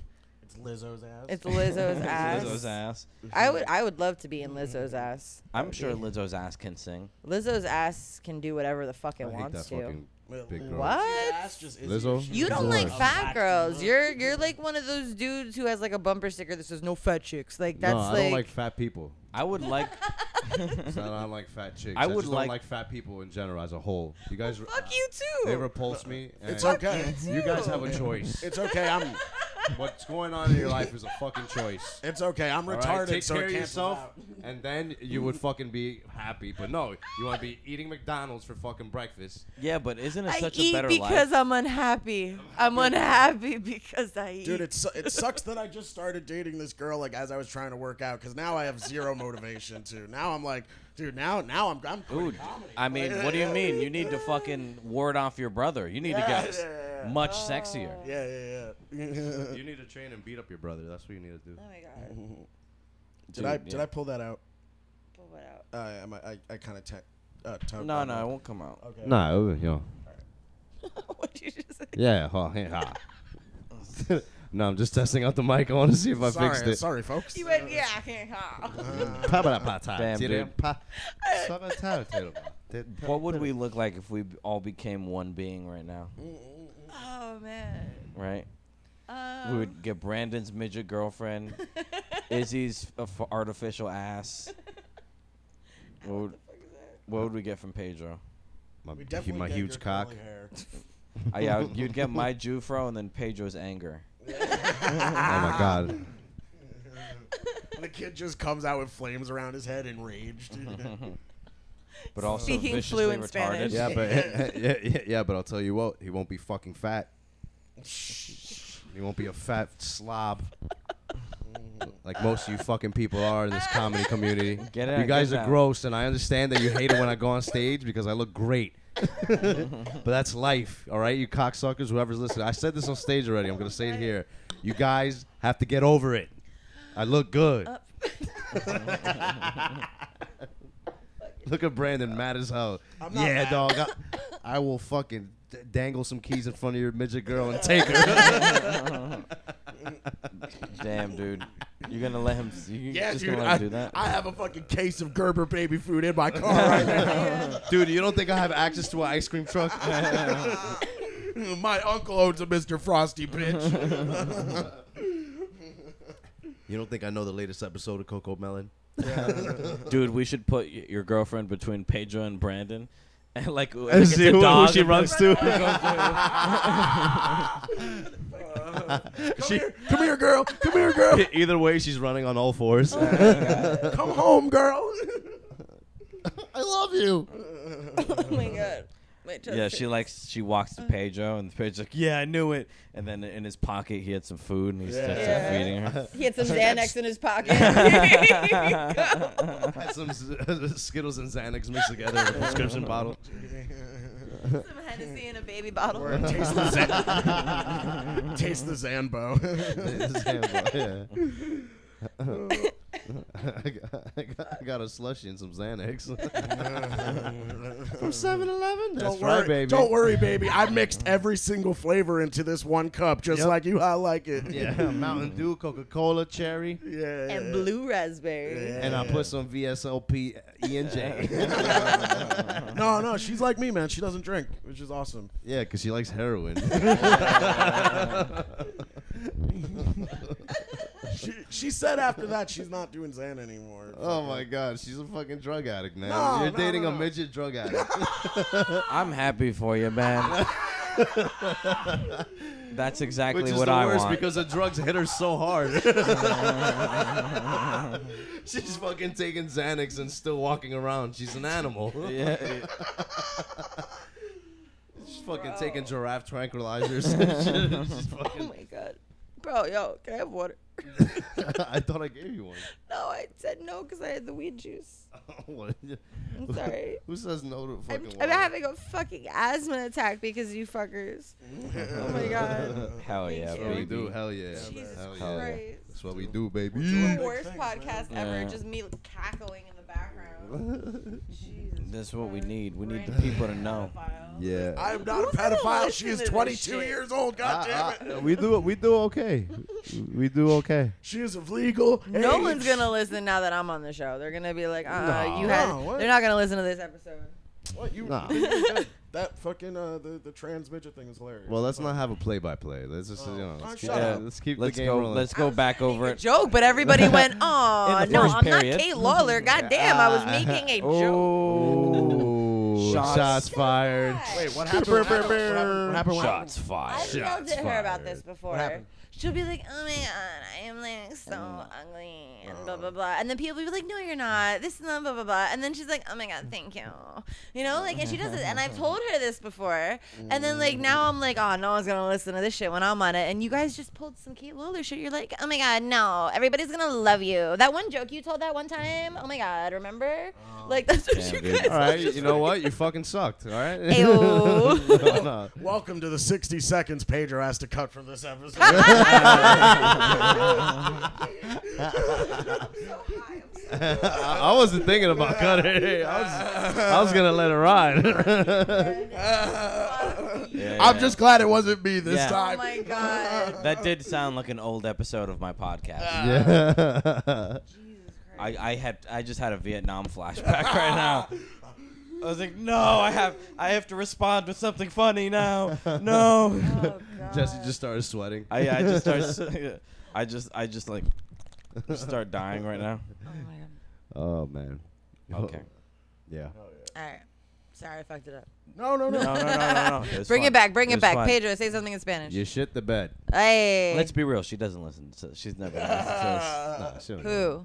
B: It's Lizzo's ass.
A: [laughs]
D: It's Lizzo's
C: [laughs]
D: ass.
C: Lizzo's ass.
D: I would I would love to be in Lizzo's ass.
C: I'm sure Lizzo's ass can sing.
D: Lizzo's ass can do whatever the fuck it
A: I hate that
D: wants to.
A: fucking big girl.
D: What?
A: Lizzo?
D: You don't
A: Lord.
D: like fat
B: Black
D: girls. You're you're like one of those dudes who has like a bumper sticker that says no fat chicks. Like that's
A: no, I
D: like,
A: don't like fat
D: [laughs]
A: people.
C: I would like.
A: So I don't like fat chicks.
C: I
A: I,
C: would
A: just
C: like-
A: don't like fat people in general as a whole. You guys,
D: Oh, fuck you too.
A: they repulse
D: [laughs]
A: me. And
B: It's okay.
A: You guys have a choice.
B: It's okay. I'm.
A: What's going on in your life is a fucking [laughs] choice.
B: It's okay. I'm
A: All right?
B: retarded,
A: Take
B: so
A: care
B: it
A: of yourself,
B: cancels out.
A: [laughs] and then you would fucking be happy. But no, you want to be eating McDonald's for fucking breakfast.
C: Yeah, but isn't it
D: I
C: such
D: eat
C: a better
D: because
C: life?
D: I'm unhappy. I'm unhappy because I eat.
B: Dude, it, su- it sucks that I just started dating this girl like as I was trying to work out because now I have zero motivation to. Now I'm like, dude, now now I'm I'm
C: Dude, I mean, what do you
B: [laughs]
C: mean? You need to fucking ward off your brother. You need to get
B: yeah, yeah.
C: much sexier.
B: yeah yeah yeah. [laughs]
A: You need to train and beat up your brother. That's what you need to do.
D: oh my
C: Mm-hmm.
D: god.
B: did I
C: Dude,
B: did
C: yeah.
B: I pull that out?
D: Pull it out.
B: Uh, am I I, I kind of te- uh, tongue-
C: No, no, it won't come out.
B: Okay.
A: No, you know,
D: [laughs] what did you just say?
A: yeah. huh, yeah, huh. [laughs] no, I'm just testing out the mic. I want to see if I
B: sorry,
A: fixed [laughs] it.
B: sorry, folks.
D: You went, yeah, I can't
C: Uh-huh.
D: call.
C: Damn, dude.
A: dude.
C: What would we look like if we b- all became one being right now?
D: oh man.
C: Right?
D: Um,
C: We would get Brandon's midget girlfriend, [laughs]
D: [laughs]
C: Izzy's f- artificial ass. What would, what would we get from Pedro?
A: My,
B: We
A: he-
B: definitely
A: my
B: get
A: huge
B: your
A: cock.
B: curly hair.
C: Uh, yeah, you'd get
D: [laughs]
C: my Jufro and then Pedro's anger.
A: Oh my god.
B: [laughs] Ah. the kid just comes out with flames around his head, enraged.
C: [laughs] But also
D: Speaking
C: viciously
D: fluent
C: retarded.
D: Spanish.
A: Yeah, but [laughs] yeah, yeah, yeah, but I'll tell you what, he won't be fucking fat. He won't be a fat slob. Like most of you fucking people are in this comedy community.
C: [laughs] Get out,
A: you guys
C: get
A: are
C: out.
A: gross, and I understand that you hate it when I go on stage because I look
C: [laughs]
A: great. but that's life, all right? You cocksuckers, whoever's listening. I said this on stage already. I'm going to say it here. You guys have to get over it. I look good.
C: [laughs]
D: [laughs]
B: Uh,
A: [laughs] Look at Brandon, mad as hell.
B: not
A: Yeah,
B: mad.
A: dog. I, I will fucking d- dangle some keys in front of your midget girl and take
B: [laughs]
A: her.
C: [laughs] Damn, [laughs] dude. You're going to let him, you
B: yeah,
C: just
B: dude,
C: gonna let him do
B: I,
C: that?
B: I have a fucking case of Gerber baby food in
C: [laughs]
B: my car right now.
A: Dude, you don't think I have access to an ice cream truck?
B: [laughs] My uncle owns a Mr. Frosty, bitch. [laughs]
A: You don't think I know the latest episode of Coco Melon? [laughs]
C: Dude, we should put y- your girlfriend between Pedro and Brandon. [laughs] And like, like
F: And
C: it's
F: see
C: a
F: who- who
C: dog
F: she
C: and
F: runs
C: like-
D: Oh
C: [laughs]
B: Come here, come here, girl. Come here, girl.
A: [laughs] Either way, she's running on all fours.
B: Oh, Come home, girl.
A: I love you.
D: oh my god. My
C: [laughs]
D: chest
C: Yeah, she
D: hurts.
C: likes. She walks to Pedro, and Pedro's like, "Yeah, I knew it." And then in his pocket, he had some food, and he's just
D: Yeah.
C: feeding her.
A: [laughs]
C: [laughs]
D: He had some Xanax in his pocket. Here you go.
A: Had some uh, Skittles and Xanax mixed together in a
B: [laughs]
A: prescription bottle.
D: Some Hennessy in
C: [laughs]
D: a baby bottle.
B: Taste the, [laughs] Zan- Taste the Zanbo. [laughs]
A: [laughs] I, got, I got- I got a slushy and some
B: [laughs]
A: Xanax. From 7-Eleven? That's
B: don't
A: right,
B: worry,
A: baby.
B: Don't worry, baby. I mixed every single flavor into this one cup, just
A: Yep.
B: like you. I like it.
A: Yeah, [laughs] Mountain Dew, Coca-Cola, cherry,
B: [laughs] yeah.
D: And blue raspberry.
A: and I put some VSOP E and J.
B: [laughs] [laughs] No, no, she's like me, man. She doesn't drink, which is awesome.
A: Yeah, because she likes
B: [laughs]
A: heroin.
B: She, she said after that she's not doing Xan anymore.
A: oh
B: [laughs]
A: my God, she's a fucking drug addict now.
B: No,
A: You're
B: no,
A: dating
B: no,
A: a
B: no.
A: midget drug
B: [laughs]
A: addict. [laughs]
C: I'm happy for you, man. That's exactly
A: Which is
C: what
A: the
C: I
A: worst
C: want.
A: because the drugs hit her so hard. [laughs] She's fucking taking Xanax and still walking around. She's an animal.
C: [laughs]
A: [laughs]
C: yeah,
A: She's fucking taking giraffe tranquilizers.
D: [laughs]
A: and shit. She's
D: [laughs] Oh
A: fucking-
D: my god. Bro, yo, can I have water?
A: [laughs]
D: [laughs]
A: I thought I gave you one. [laughs] Oh,
D: No, I said no because I had the weed juice.
A: What? [laughs]
D: I'm sorry.
A: Who says no to
D: I'm,
A: fucking
D: I'm
A: water?
D: having a fucking asthma attack because of you fuckers. oh my god.
C: hell yeah,
A: That's
D: Thank
A: what we
C: baby.
A: do. Hell yeah.
D: Jesus
A: Hell yeah.
D: Christ.
A: That's what we do, baby.
D: The worst podcast ever.
C: Yeah.
D: Just me cackling in the background. Jesus.
C: That's what we
D: Christ.
C: need. We need the
D: Brandon,
C: people
A: [laughs]
C: to know.
D: pedophile.
A: [laughs] Yeah. Ah,
B: I'm not
D: Who's
B: a
D: gonna
B: pedophile.
D: listen
B: She is
D: to this
B: 22
D: shit?
B: years old. God damn it.
A: we do we do okay. We do okay.
B: She is of legal.
D: No
B: age.
D: one's gonna listen now that I'm on the show. They're gonna be like, uh, uh you
B: No,
D: had.
B: what?
D: They're not gonna listen to this episode.
B: What you?
A: Nah.
B: that fucking uh, the the trans midget thing is hilarious.
A: Well, let's not have a play-by-play. Let's just you know,
B: Oh,
A: let's keep,
B: shut
A: the-
B: up.
A: let's keep
C: Let's
A: the game
C: go.
A: rolling.
C: Let's go back over it.
D: Joke, but
C: [laughs]
D: everybody went, oh
C: In the
D: no,
C: first
D: I'm
C: period. Mm-hmm.
D: not Kate Lawler. God damn, I was making
C: [laughs]
D: a joke.
C: Oh,
A: Ooh,
C: Shots.
A: shots. fired.
B: Wait, what happened? What happened? What happened? What happened? What happened?
A: [laughs]
C: shots
D: I
C: fired.
D: yelled at her about this before.
B: happened?
D: She'll be like, "Oh my god, I am like so
A: Mm.
D: ugly," and
A: Uh.
D: blah blah blah. And then people will be like, "No, you're not. This is not blah blah blah." And then she's like, "Oh my god, thank you," you know, like, and she does it. And I've told her this before. And then like now I'm like, "Oh, no one's gonna listen to this shit when I'm on it." And you guys just pulled some Kate Lawler shit. You're like, "Oh my god, no, everybody's gonna love you." That one joke you told that one time. Oh my god, remember? Like that's what
C: Damn,
D: you
C: dude.
D: guys.
A: Oh. All right, you know what? You fucking sucked. All right.
D: Ayo.
A: No, [laughs] no.
B: Welcome to the 60 seconds Pedro has to cut from this episode. [laughs]
A: I, I wasn't thinking about cutting. it. I was, I was gonna let it ride.
C: Yeah,
B: [laughs] I'm
C: yeah.
B: just glad it wasn't me this
C: Yeah.
D: [laughs] Oh
B: time.
D: my god.
A: [laughs]
C: That did sound like an old episode of my podcast.
A: [laughs] yeah.
C: I, I had I just had a Vietnam flashback
A: [laughs]
C: right now. I was like, no, I have I have to respond with something funny now. No.
D: Oh,
A: [laughs] Jesse
D: God.
A: just started sweating.
C: I I just start [laughs] I just I just like start dying right now.
D: Oh my god.
A: Oh man.
C: Okay.
A: [laughs] Yeah.
D: All right. Sorry, I fucked it up.
B: No, no, no.
C: No, no, no, no, no. It was
D: bring
C: fun.
D: it back. Bring it,
C: was
D: back.
C: fun.
D: Pedro, say something in Spanish.
A: You shit the bed.
D: Hey.
C: Let's be real. She doesn't listen. To, she's never listened to
D: [laughs]
C: us.
D: Oh.
A: Nah, she don't know.
D: Who?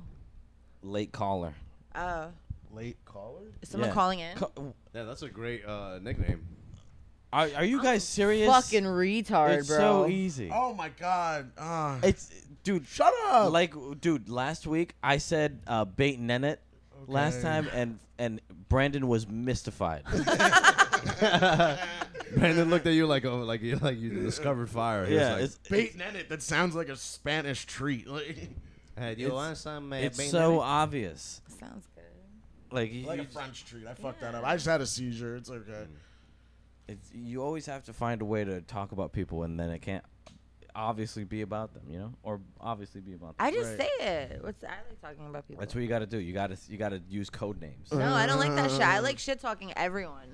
C: Late caller.
D: Oh.
B: Late caller?
D: Is someone
C: Yeah.
D: calling in?
C: Co-
A: Yeah, that's a great uh, nickname. [laughs]
C: Are, are you guys serious?
D: Fucking retard,
C: it's
D: bro.
C: so e- easy.
B: Oh my god. Ah.
C: It's dude.
B: Shut up.
C: Like, dude, last week I said uh, bait nennet last
B: Okay.
C: time, and and Brandon was mystified.
A: Brandon looked at you like oh like [laughs] you like you discovered fire. He was
C: yeah,
A: like,
C: it's
B: Baiting in it. That sounds like a Spanish treat. Like,
A: Hey, do you
C: It's-
A: want some? uh,
C: it's
A: bean
C: so
A: and-
C: obvious.
D: Sounds good.
C: Like, you,
B: [laughs] like a
C: you,
B: French treat. I fucked that up. I just had a seizure. It's okay.
C: it's, you always have to find a way to talk about people, and then it can't obviously be about them, you know, or obviously be about. Them.
D: I just say it. What's I like talking about people.
C: That's what you got to do. You got
H: Uh-huh.
C: to you got to use code names. [laughs]
D: no, I don't like that shit. I like shit talking everyone.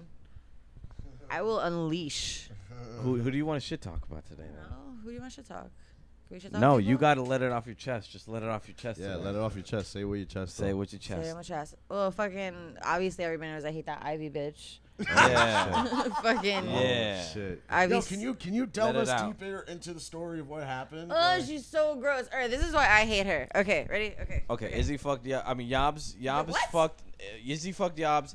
D: I will unleash.
C: Who, who do you want to shit talk about today?
D: No,
C: Then?
D: who do you want to talk? Can we shit talk
C: No,
D: people?
C: you got to let it off your chest. Just let it off your chest.
H: Yeah,
C: today.
H: let it off your chest. Say what your chest.
C: Say
H: is.
C: what your
D: Say it
C: chest.
D: on my chest. Well, fucking. Obviously, everybody knows I hate that Ivy bitch. [laughs]
C: Yeah.
D: fucking.
C: yeah.
H: Oh, Shit.
D: Ivy.
B: Yo, can you can you delve
C: it
B: us
C: out.
B: deeper into the story of what happened?
D: Oh, she's so gross. All right, this is why I hate her. Okay, ready? Okay.
C: Okay, Izzy fucked. Yeah, I mean Yobs. Yobs
D: what?
C: fucked. uh, Izzy fucked Yobs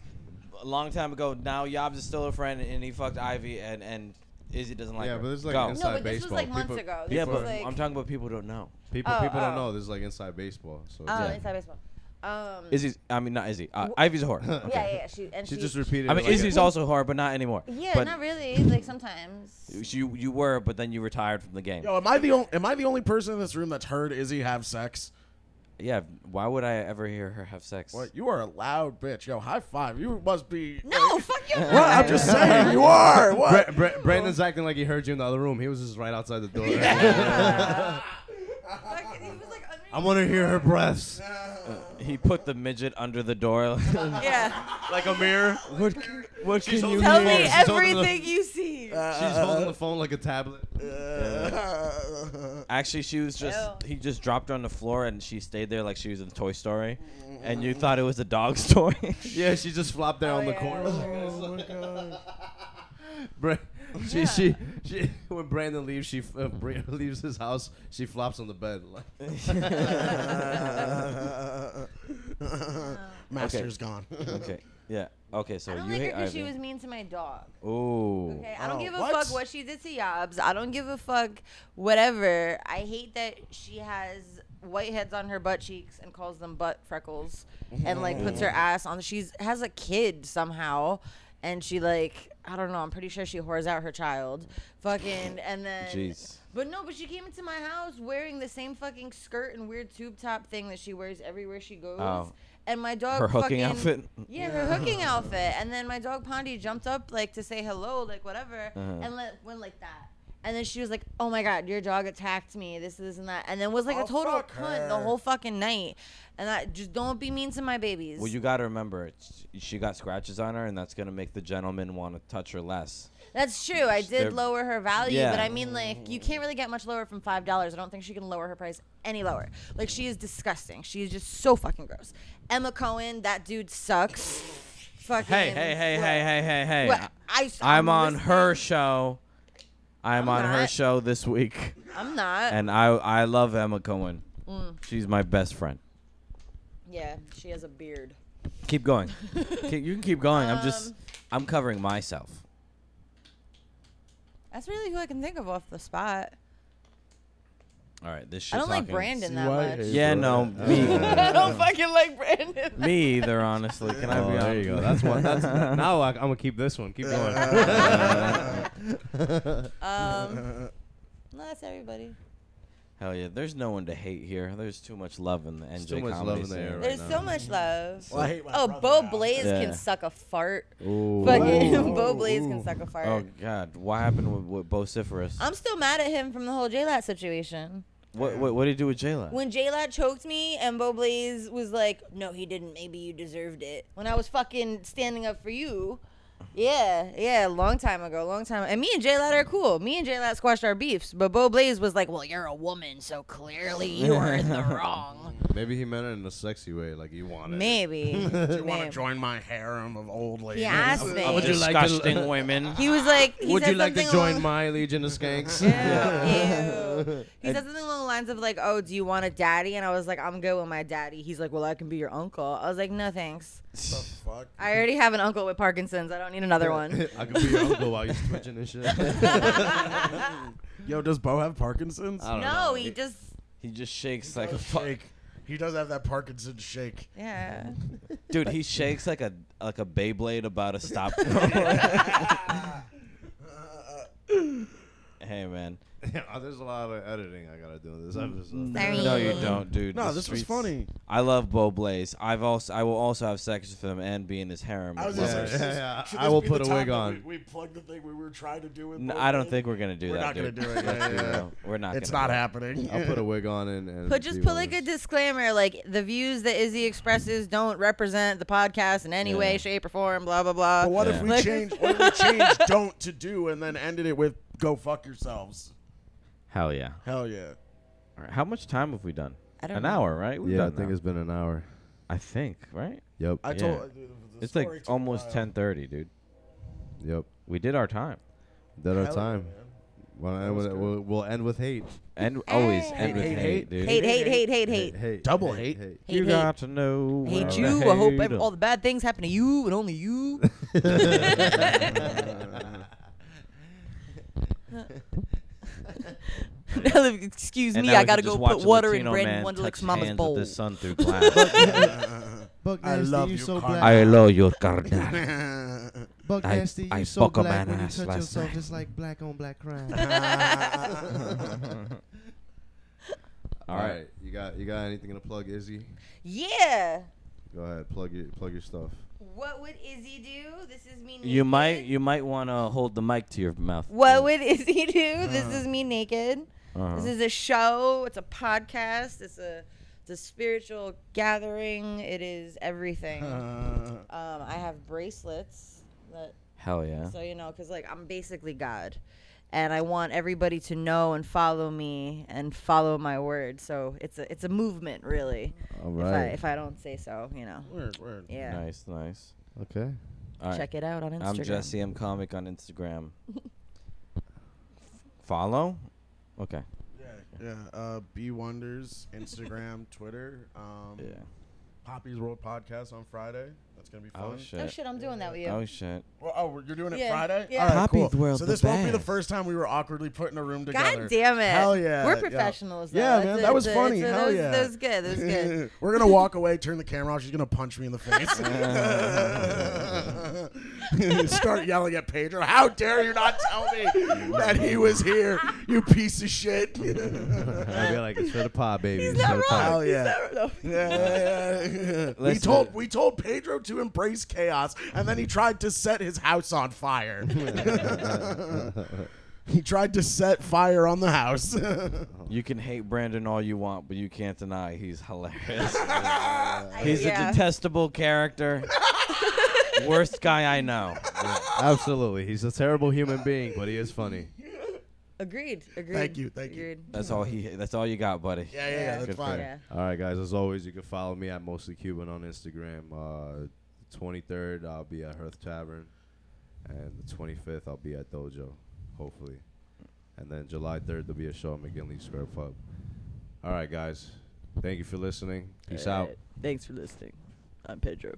C: a long time ago. Now Yobs is still a friend, and he fucked Ivy, and and Izzy doesn't like
H: Yeah,
C: her.
H: but it's like
C: Go.
H: an
D: No,
H: inside
D: but this was
H: baseball.
D: like months
H: people,
D: ago. This
C: yeah,
D: was
C: but
D: like,
C: I'm talking about people who don't know.
H: People,
D: Oh,
H: people don't
D: oh.
H: know. This is like inside baseball. So
D: Oh,
C: Yeah.
D: inside baseball. Um,
C: Izzy. I mean not Izzy. Uh,
D: Wh-
C: Ivy's
H: [laughs]
C: a whore.
D: [laughs] Yeah, yeah, yeah. She and she.
H: she just repeated.
C: I mean
H: it like
C: Izzy's
H: a,
C: also a whore, but not anymore.
D: yeah,
C: but
D: not really. Like sometimes.
C: [laughs] You you were, but then you retired from the game.
B: Yo, am I the only am I the only person in this room that's heard Izzy have sex?
C: Yeah. Why would I ever hear her have sex?
B: What? You are a loud bitch. Yo, high five. You must be.
D: No, fuck you.
B: What? I'm
D: [laughs]
B: just saying. You are. What?
H: Bra- Bra- Brandon's acting like he heard you in the other room. He was just right outside the door.
D: Fuck, he was like under-
H: [laughs] I want to hear her breaths.
C: He put the midget under the
D: [laughs]
C: door.
A: [laughs]
D: yeah.
H: [laughs] like a mirror. What? Can, what can you
D: Tell me
H: hear? She's holding the-
D: everything you see.
H: She's holding the phone like a tablet.
C: Actually, she was just
D: Ew.
C: he just dropped her on the floor, and she stayed there like she was in Toy Story,
D: Mm-hmm.
C: and you thought it was a [laughs] dog's toy.
H: Yeah, she just flopped there
D: Oh,
H: on the
D: yeah. Oh,
H: corner. [laughs] Bra- she, she she when Brandon leaves, she uh, Bra- [laughs] leaves his house. She flops on the bed.
D: [laughs]
H: Like,
B: [laughs] Master's gone. [laughs]
C: okay. Yeah. Okay. So
D: I don't
C: you
D: like her
C: hate
D: because she
C: Ivy.
D: was mean to my dog.
C: Ooh.
D: Okay, I don't
B: Oh,
D: give a
B: what?
D: fuck what she did to Yobs. I don't give a fuck whatever. I hate that she has whiteheads on her butt cheeks and calls them butt freckles, and like puts
C: Mm-hmm.
D: her ass on. She's has a kid somehow, and she like I don't know. I'm pretty sure she whores out her child, fucking, and then.
C: Jeez.
D: But no, but she came into my house wearing the same fucking skirt and weird tube top thing that she wears everywhere she goes.
C: Oh.
D: And my dog
C: Her hooking
D: fucking-
C: outfit?
D: yeah, her
C: [laughs]
D: hooking outfit. And then my dog Pondy jumped up like to say hello, like whatever,
C: Uh-huh.
D: and let, went like that. And then she was like, "Oh my god, your dog attacked me. This, this, and that." And then was like
B: Oh,
D: a total
B: fuck
D: cunt
B: her.
D: the whole fucking night. And I just don't be mean to my babies.
C: Well, you gotta remember, it's- she got scratches on her, and that's gonna make the gentleman want to touch her less.
D: That's true. I
C: They're-
D: did lower her value,
C: Yeah.
D: but I mean, like, you can't really get much lower from five dollars. I don't think she can lower her price any lower. Like, she is disgusting. She is just so fucking gross. Emma Cohen, that dude sucks. fucking.
C: Hey, hey, hey, hey,
D: What?
C: hey, hey, hey!
D: What? I,
C: I'm on her
D: listening.
C: show. I'm,
D: I'm
C: on her
D: not. Uh,
C: show this week,
D: I'm not.
C: and I I love Emma Cohen.
D: mm.
C: She's my best friend.
D: yeah, she has a beard.
C: Keep
D: [laughs]
C: going. Keep- you can keep going. I'm
D: Um,
C: just I'm covering myself.
D: That's really who I can think of off the spot.
C: All right, this shit
D: I don't like
C: talking-
D: Brandon that much.
C: Yeah,
H: [laughs]
C: no, me,
D: [laughs] I don't fucking like Brandon.
C: me either. Honestly, can I be
H: Oh, there you
C: honest?
H: go. That's one. [laughs] That's now I, I'm gonna keep this one. Keep going. [laughs]
D: Um, no, that's everybody.
C: [laughs] Hell yeah, there's no one to hate here. There's too much love in the NJ
H: too much love
C: comedy
H: in the
C: scene.
H: air
D: There's
H: now.
D: so much love.
B: Well, I hate my
D: oh,
B: brother
D: Bo
B: now.
D: Blaze
C: Yeah.
D: can suck a fart.
C: Ooh.
D: Fucking [laughs]
B: Ooh.
D: Bo Blaze can suck a fart.
C: Oh god, what happened with, with Vociferous?
D: I'm still mad at him from the whole J-Lat situation.
C: What, what what did he do with Jayla?
D: When J-Lat choked me and Bo Blaze was like, no, he didn't. Maybe you deserved it. When I was fucking standing up for you. Yeah, yeah, long time ago, long time. And me and J-Lat are cool. Me and J-Lat squashed our beefs. But Bo Blaze was like, well, you're a woman, so clearly you are in the wrong.
H: Maybe he meant it in a sexy way, like you wanted. [laughs]
D: Maybe.
B: Do you want to
D: Maybe.
B: join my harem of old ladies?
D: He asked me.
H: would you like to-
C: disgusting women?
D: He was like, he
H: Would
D: said
H: you like to
D: something
H: join
D: along- [laughs]
H: my Legion of Skanks? [laughs]
D: Ew. He said something along the lines of like, "Oh, do you want a daddy?" And I was like, "I'm good with my daddy." He's like, "Well, I can be your uncle." I was like, "No, thanks.
B: Fuck.
D: I already have an uncle with Parkinson's. I don't need
A: [laughs]
D: another one."
H: I could be your uncle while you're twitching and
D: [laughs]
H: shit. [laughs]
B: Yo, does Bo have Parkinson's?
H: I don't
D: No,
H: know.
D: he just
C: He just shakes like a
B: Does
C: fuck.
B: shake. He does have that Parkinson's shake.
D: yeah.
C: Dude, he shakes like a like a Beyblade about to
B: [laughs]
C: stop. hey man,
A: Yeah, there's a lot of editing I gotta do in this
D: Mm.
A: episode.
D: Sorry.
C: No, you don't, dude.
B: No,
C: The
B: this was
C: streets-
B: funny.
C: I love Bo Blaze. I've also I will also have sex with him and be in his harem.
B: I was
C: Well,
B: just like,
A: Yeah,
B: should
A: yeah,
B: this-
A: yeah.
B: should
A: I
B: this
A: will
B: be
A: put
B: the
A: a
B: time
A: wig
B: that
A: on.
B: we, we plugged the thing we were trying to do. with
C: n-
B: Bo
C: I don't
B: Blaze?
C: think we're gonna do
B: We're
C: that.
B: not gonna
C: dude.
B: do it,
C: Let's
B: yeah,
C: be
B: yeah.
C: real. We're not.
B: It's
C: gonna
B: not
C: do it.
B: happening.
A: I'll put a wig on and, and
D: Put just
A: be
D: put
A: one of
D: like a
A: those.
D: disclaimer, like the views that Izzy expresses don't represent the podcast in any
C: Yeah.
D: way, shape, or form. Blah blah blah.
B: But what if
C: Yeah.
B: we
D: Like-
B: changed? What if we changed [laughs] don't to do and then ended it with go fuck yourselves?
C: Hell yeah!
B: Hell yeah.
C: All right, How much time have we done?
D: I don't
C: An
D: know.
C: hour, right? We've
A: Yeah, I
C: done
A: think
C: that.
A: it's been an hour.
C: I think right.
A: Yep.
B: I
C: Yeah.
B: told. the
C: it's like
B: story took a
C: almost
B: while.
C: ten thirty, dude.
A: Yep.
C: We did our time.
A: That our
B: Hell yeah,
A: time.
B: man.
A: We'll end, with, we'll, we'll end with hate.
C: And always
D: Hey.
C: end with
B: Hate,
C: hate,
B: hate,
C: dude.
D: [laughs] Hate, hate, hate, hate, hate.
A: Hate.
B: Double hate.
D: Hate,
C: you
D: hate.
C: got to know.
D: Hate
C: when to
D: you. I hope
C: hate
D: ev-
C: 'em.
D: all the bad things happen to you and only you.
B: [laughs]
D: Excuse
C: And
D: me,
C: now
D: I
C: we
D: gotta
C: can just
D: go
C: watch
D: put
C: a
D: water in
C: Latino
D: Brandon
C: man
D: Wunderlich's
C: touch
D: mama's
C: hands
D: bowl.
C: With the sun
D: [laughs]
C: through glass.
A: Buck
B: [laughs] I nasty, love you you, so Carmen. black.
C: I
B: [laughs]
C: love your cardinal.
A: Buck
C: I-
A: nasty,
C: I
A: you so
C: fuck a
A: black
C: man
A: when you
C: ass
A: touch
C: last
A: yourself,
C: night.
A: it's like black on black crime. All right, you got you got anything to plug, Izzy?
D: Yeah.
A: Go ahead, plug your plug your stuff.
D: What would Izzy do? This is me. Naked.
C: You might you might want to hold the mic to your mouth.
D: What would [laughs] Izzy do?
C: Mm.
D: This is me naked.
C: Uh-huh.
D: This is a show. It's a podcast. It's a it's a spiritual gathering. It is
C: [laughs]
D: everything. Um, I have bracelets that
C: Hell yeah.
D: So you know, because like I'm basically God, and I want everybody to know and follow me and follow my word. So it's a it's a movement, really.
A: All
D: If, I,
A: right.
D: if I don't say so, you know.
B: [laughs] Word, word.
D: Yeah.
C: Nice, nice.
A: [laughs] Okay.
C: All right.
D: Check it out on Instagram.
C: I'm Jesse M Comic on
D: [laughs]
C: Instagram. Follow? Okay.
B: Yeah. Uh, B Wonders, Instagram, Twitter. Um,
C: Yeah.
B: Poppy's World Podcast on Friday. That's gonna be fun.
C: Oh
D: Oh
C: shit.
D: shit, I'm doing that with you.
C: Oh shit.
B: Well, oh, we're- you're doing it
D: Yeah,
B: Friday.
D: yeah.
B: All right,
C: Poppy's
B: cool.
C: World's
B: So
C: the
B: this won't be the
C: best.
B: first time we were awkwardly put in a room together.
D: God damn it!
B: Hell yeah,
D: We're
B: yeah.
D: professionals. though.
B: Yeah,
D: That's
B: man,
D: a-
B: that was
D: it's a-
B: funny.
D: it's a-
B: Hell
D: that was-
B: yeah.
D: that was good. That was
B: [laughs]
D: good.
B: We're gonna walk away, turn the camera off. She's gonna punch me in the
C: [laughs]
B: face. [laughs] Start yelling at Pedro. How dare you not tell me that he was here, you piece of
C: [laughs]
B: shit.
A: I'll be like, it's for the pod, baby.
D: He's
A: it's for
D: not
A: the
D: wrong.
A: pod.
B: Hell
D: He's
B: yeah.
D: not wrong.
B: Yeah, yeah, yeah. we
C: Listen.
B: told we told Pedro to embrace chaos, and then he tried to set his house
C: [laughs]
B: on fire. he tried to set fire on the house. [laughs]
C: You can hate Brandon all you want, but you can't deny he's hilarious.
D: I-
C: he's
D: yeah.
C: a detestable character.
D: [laughs]
C: Worst guy I know.
A: [laughs] Absolutely, he's a terrible human being, but he is funny.
D: Agreed. Agreed.
B: you, thank you.
D: Agreed.
C: That's all he that's all you got, buddy.
B: yeah, yeah, yeah, that's
C: Good for
B: fine.
D: Yeah.
A: All right, guys. As always, you can follow me at mostly Cuban on Instagram. Uh, the 23rd, I'll be at Hearth Tavern, and the 25th, I'll be at Dojo, hopefully. And then July 3rd, there'll be a show at McGinley Square Pub. All right, guys. Thank you for listening. Peace out.
I: Thanks for listening. I'm Pedro.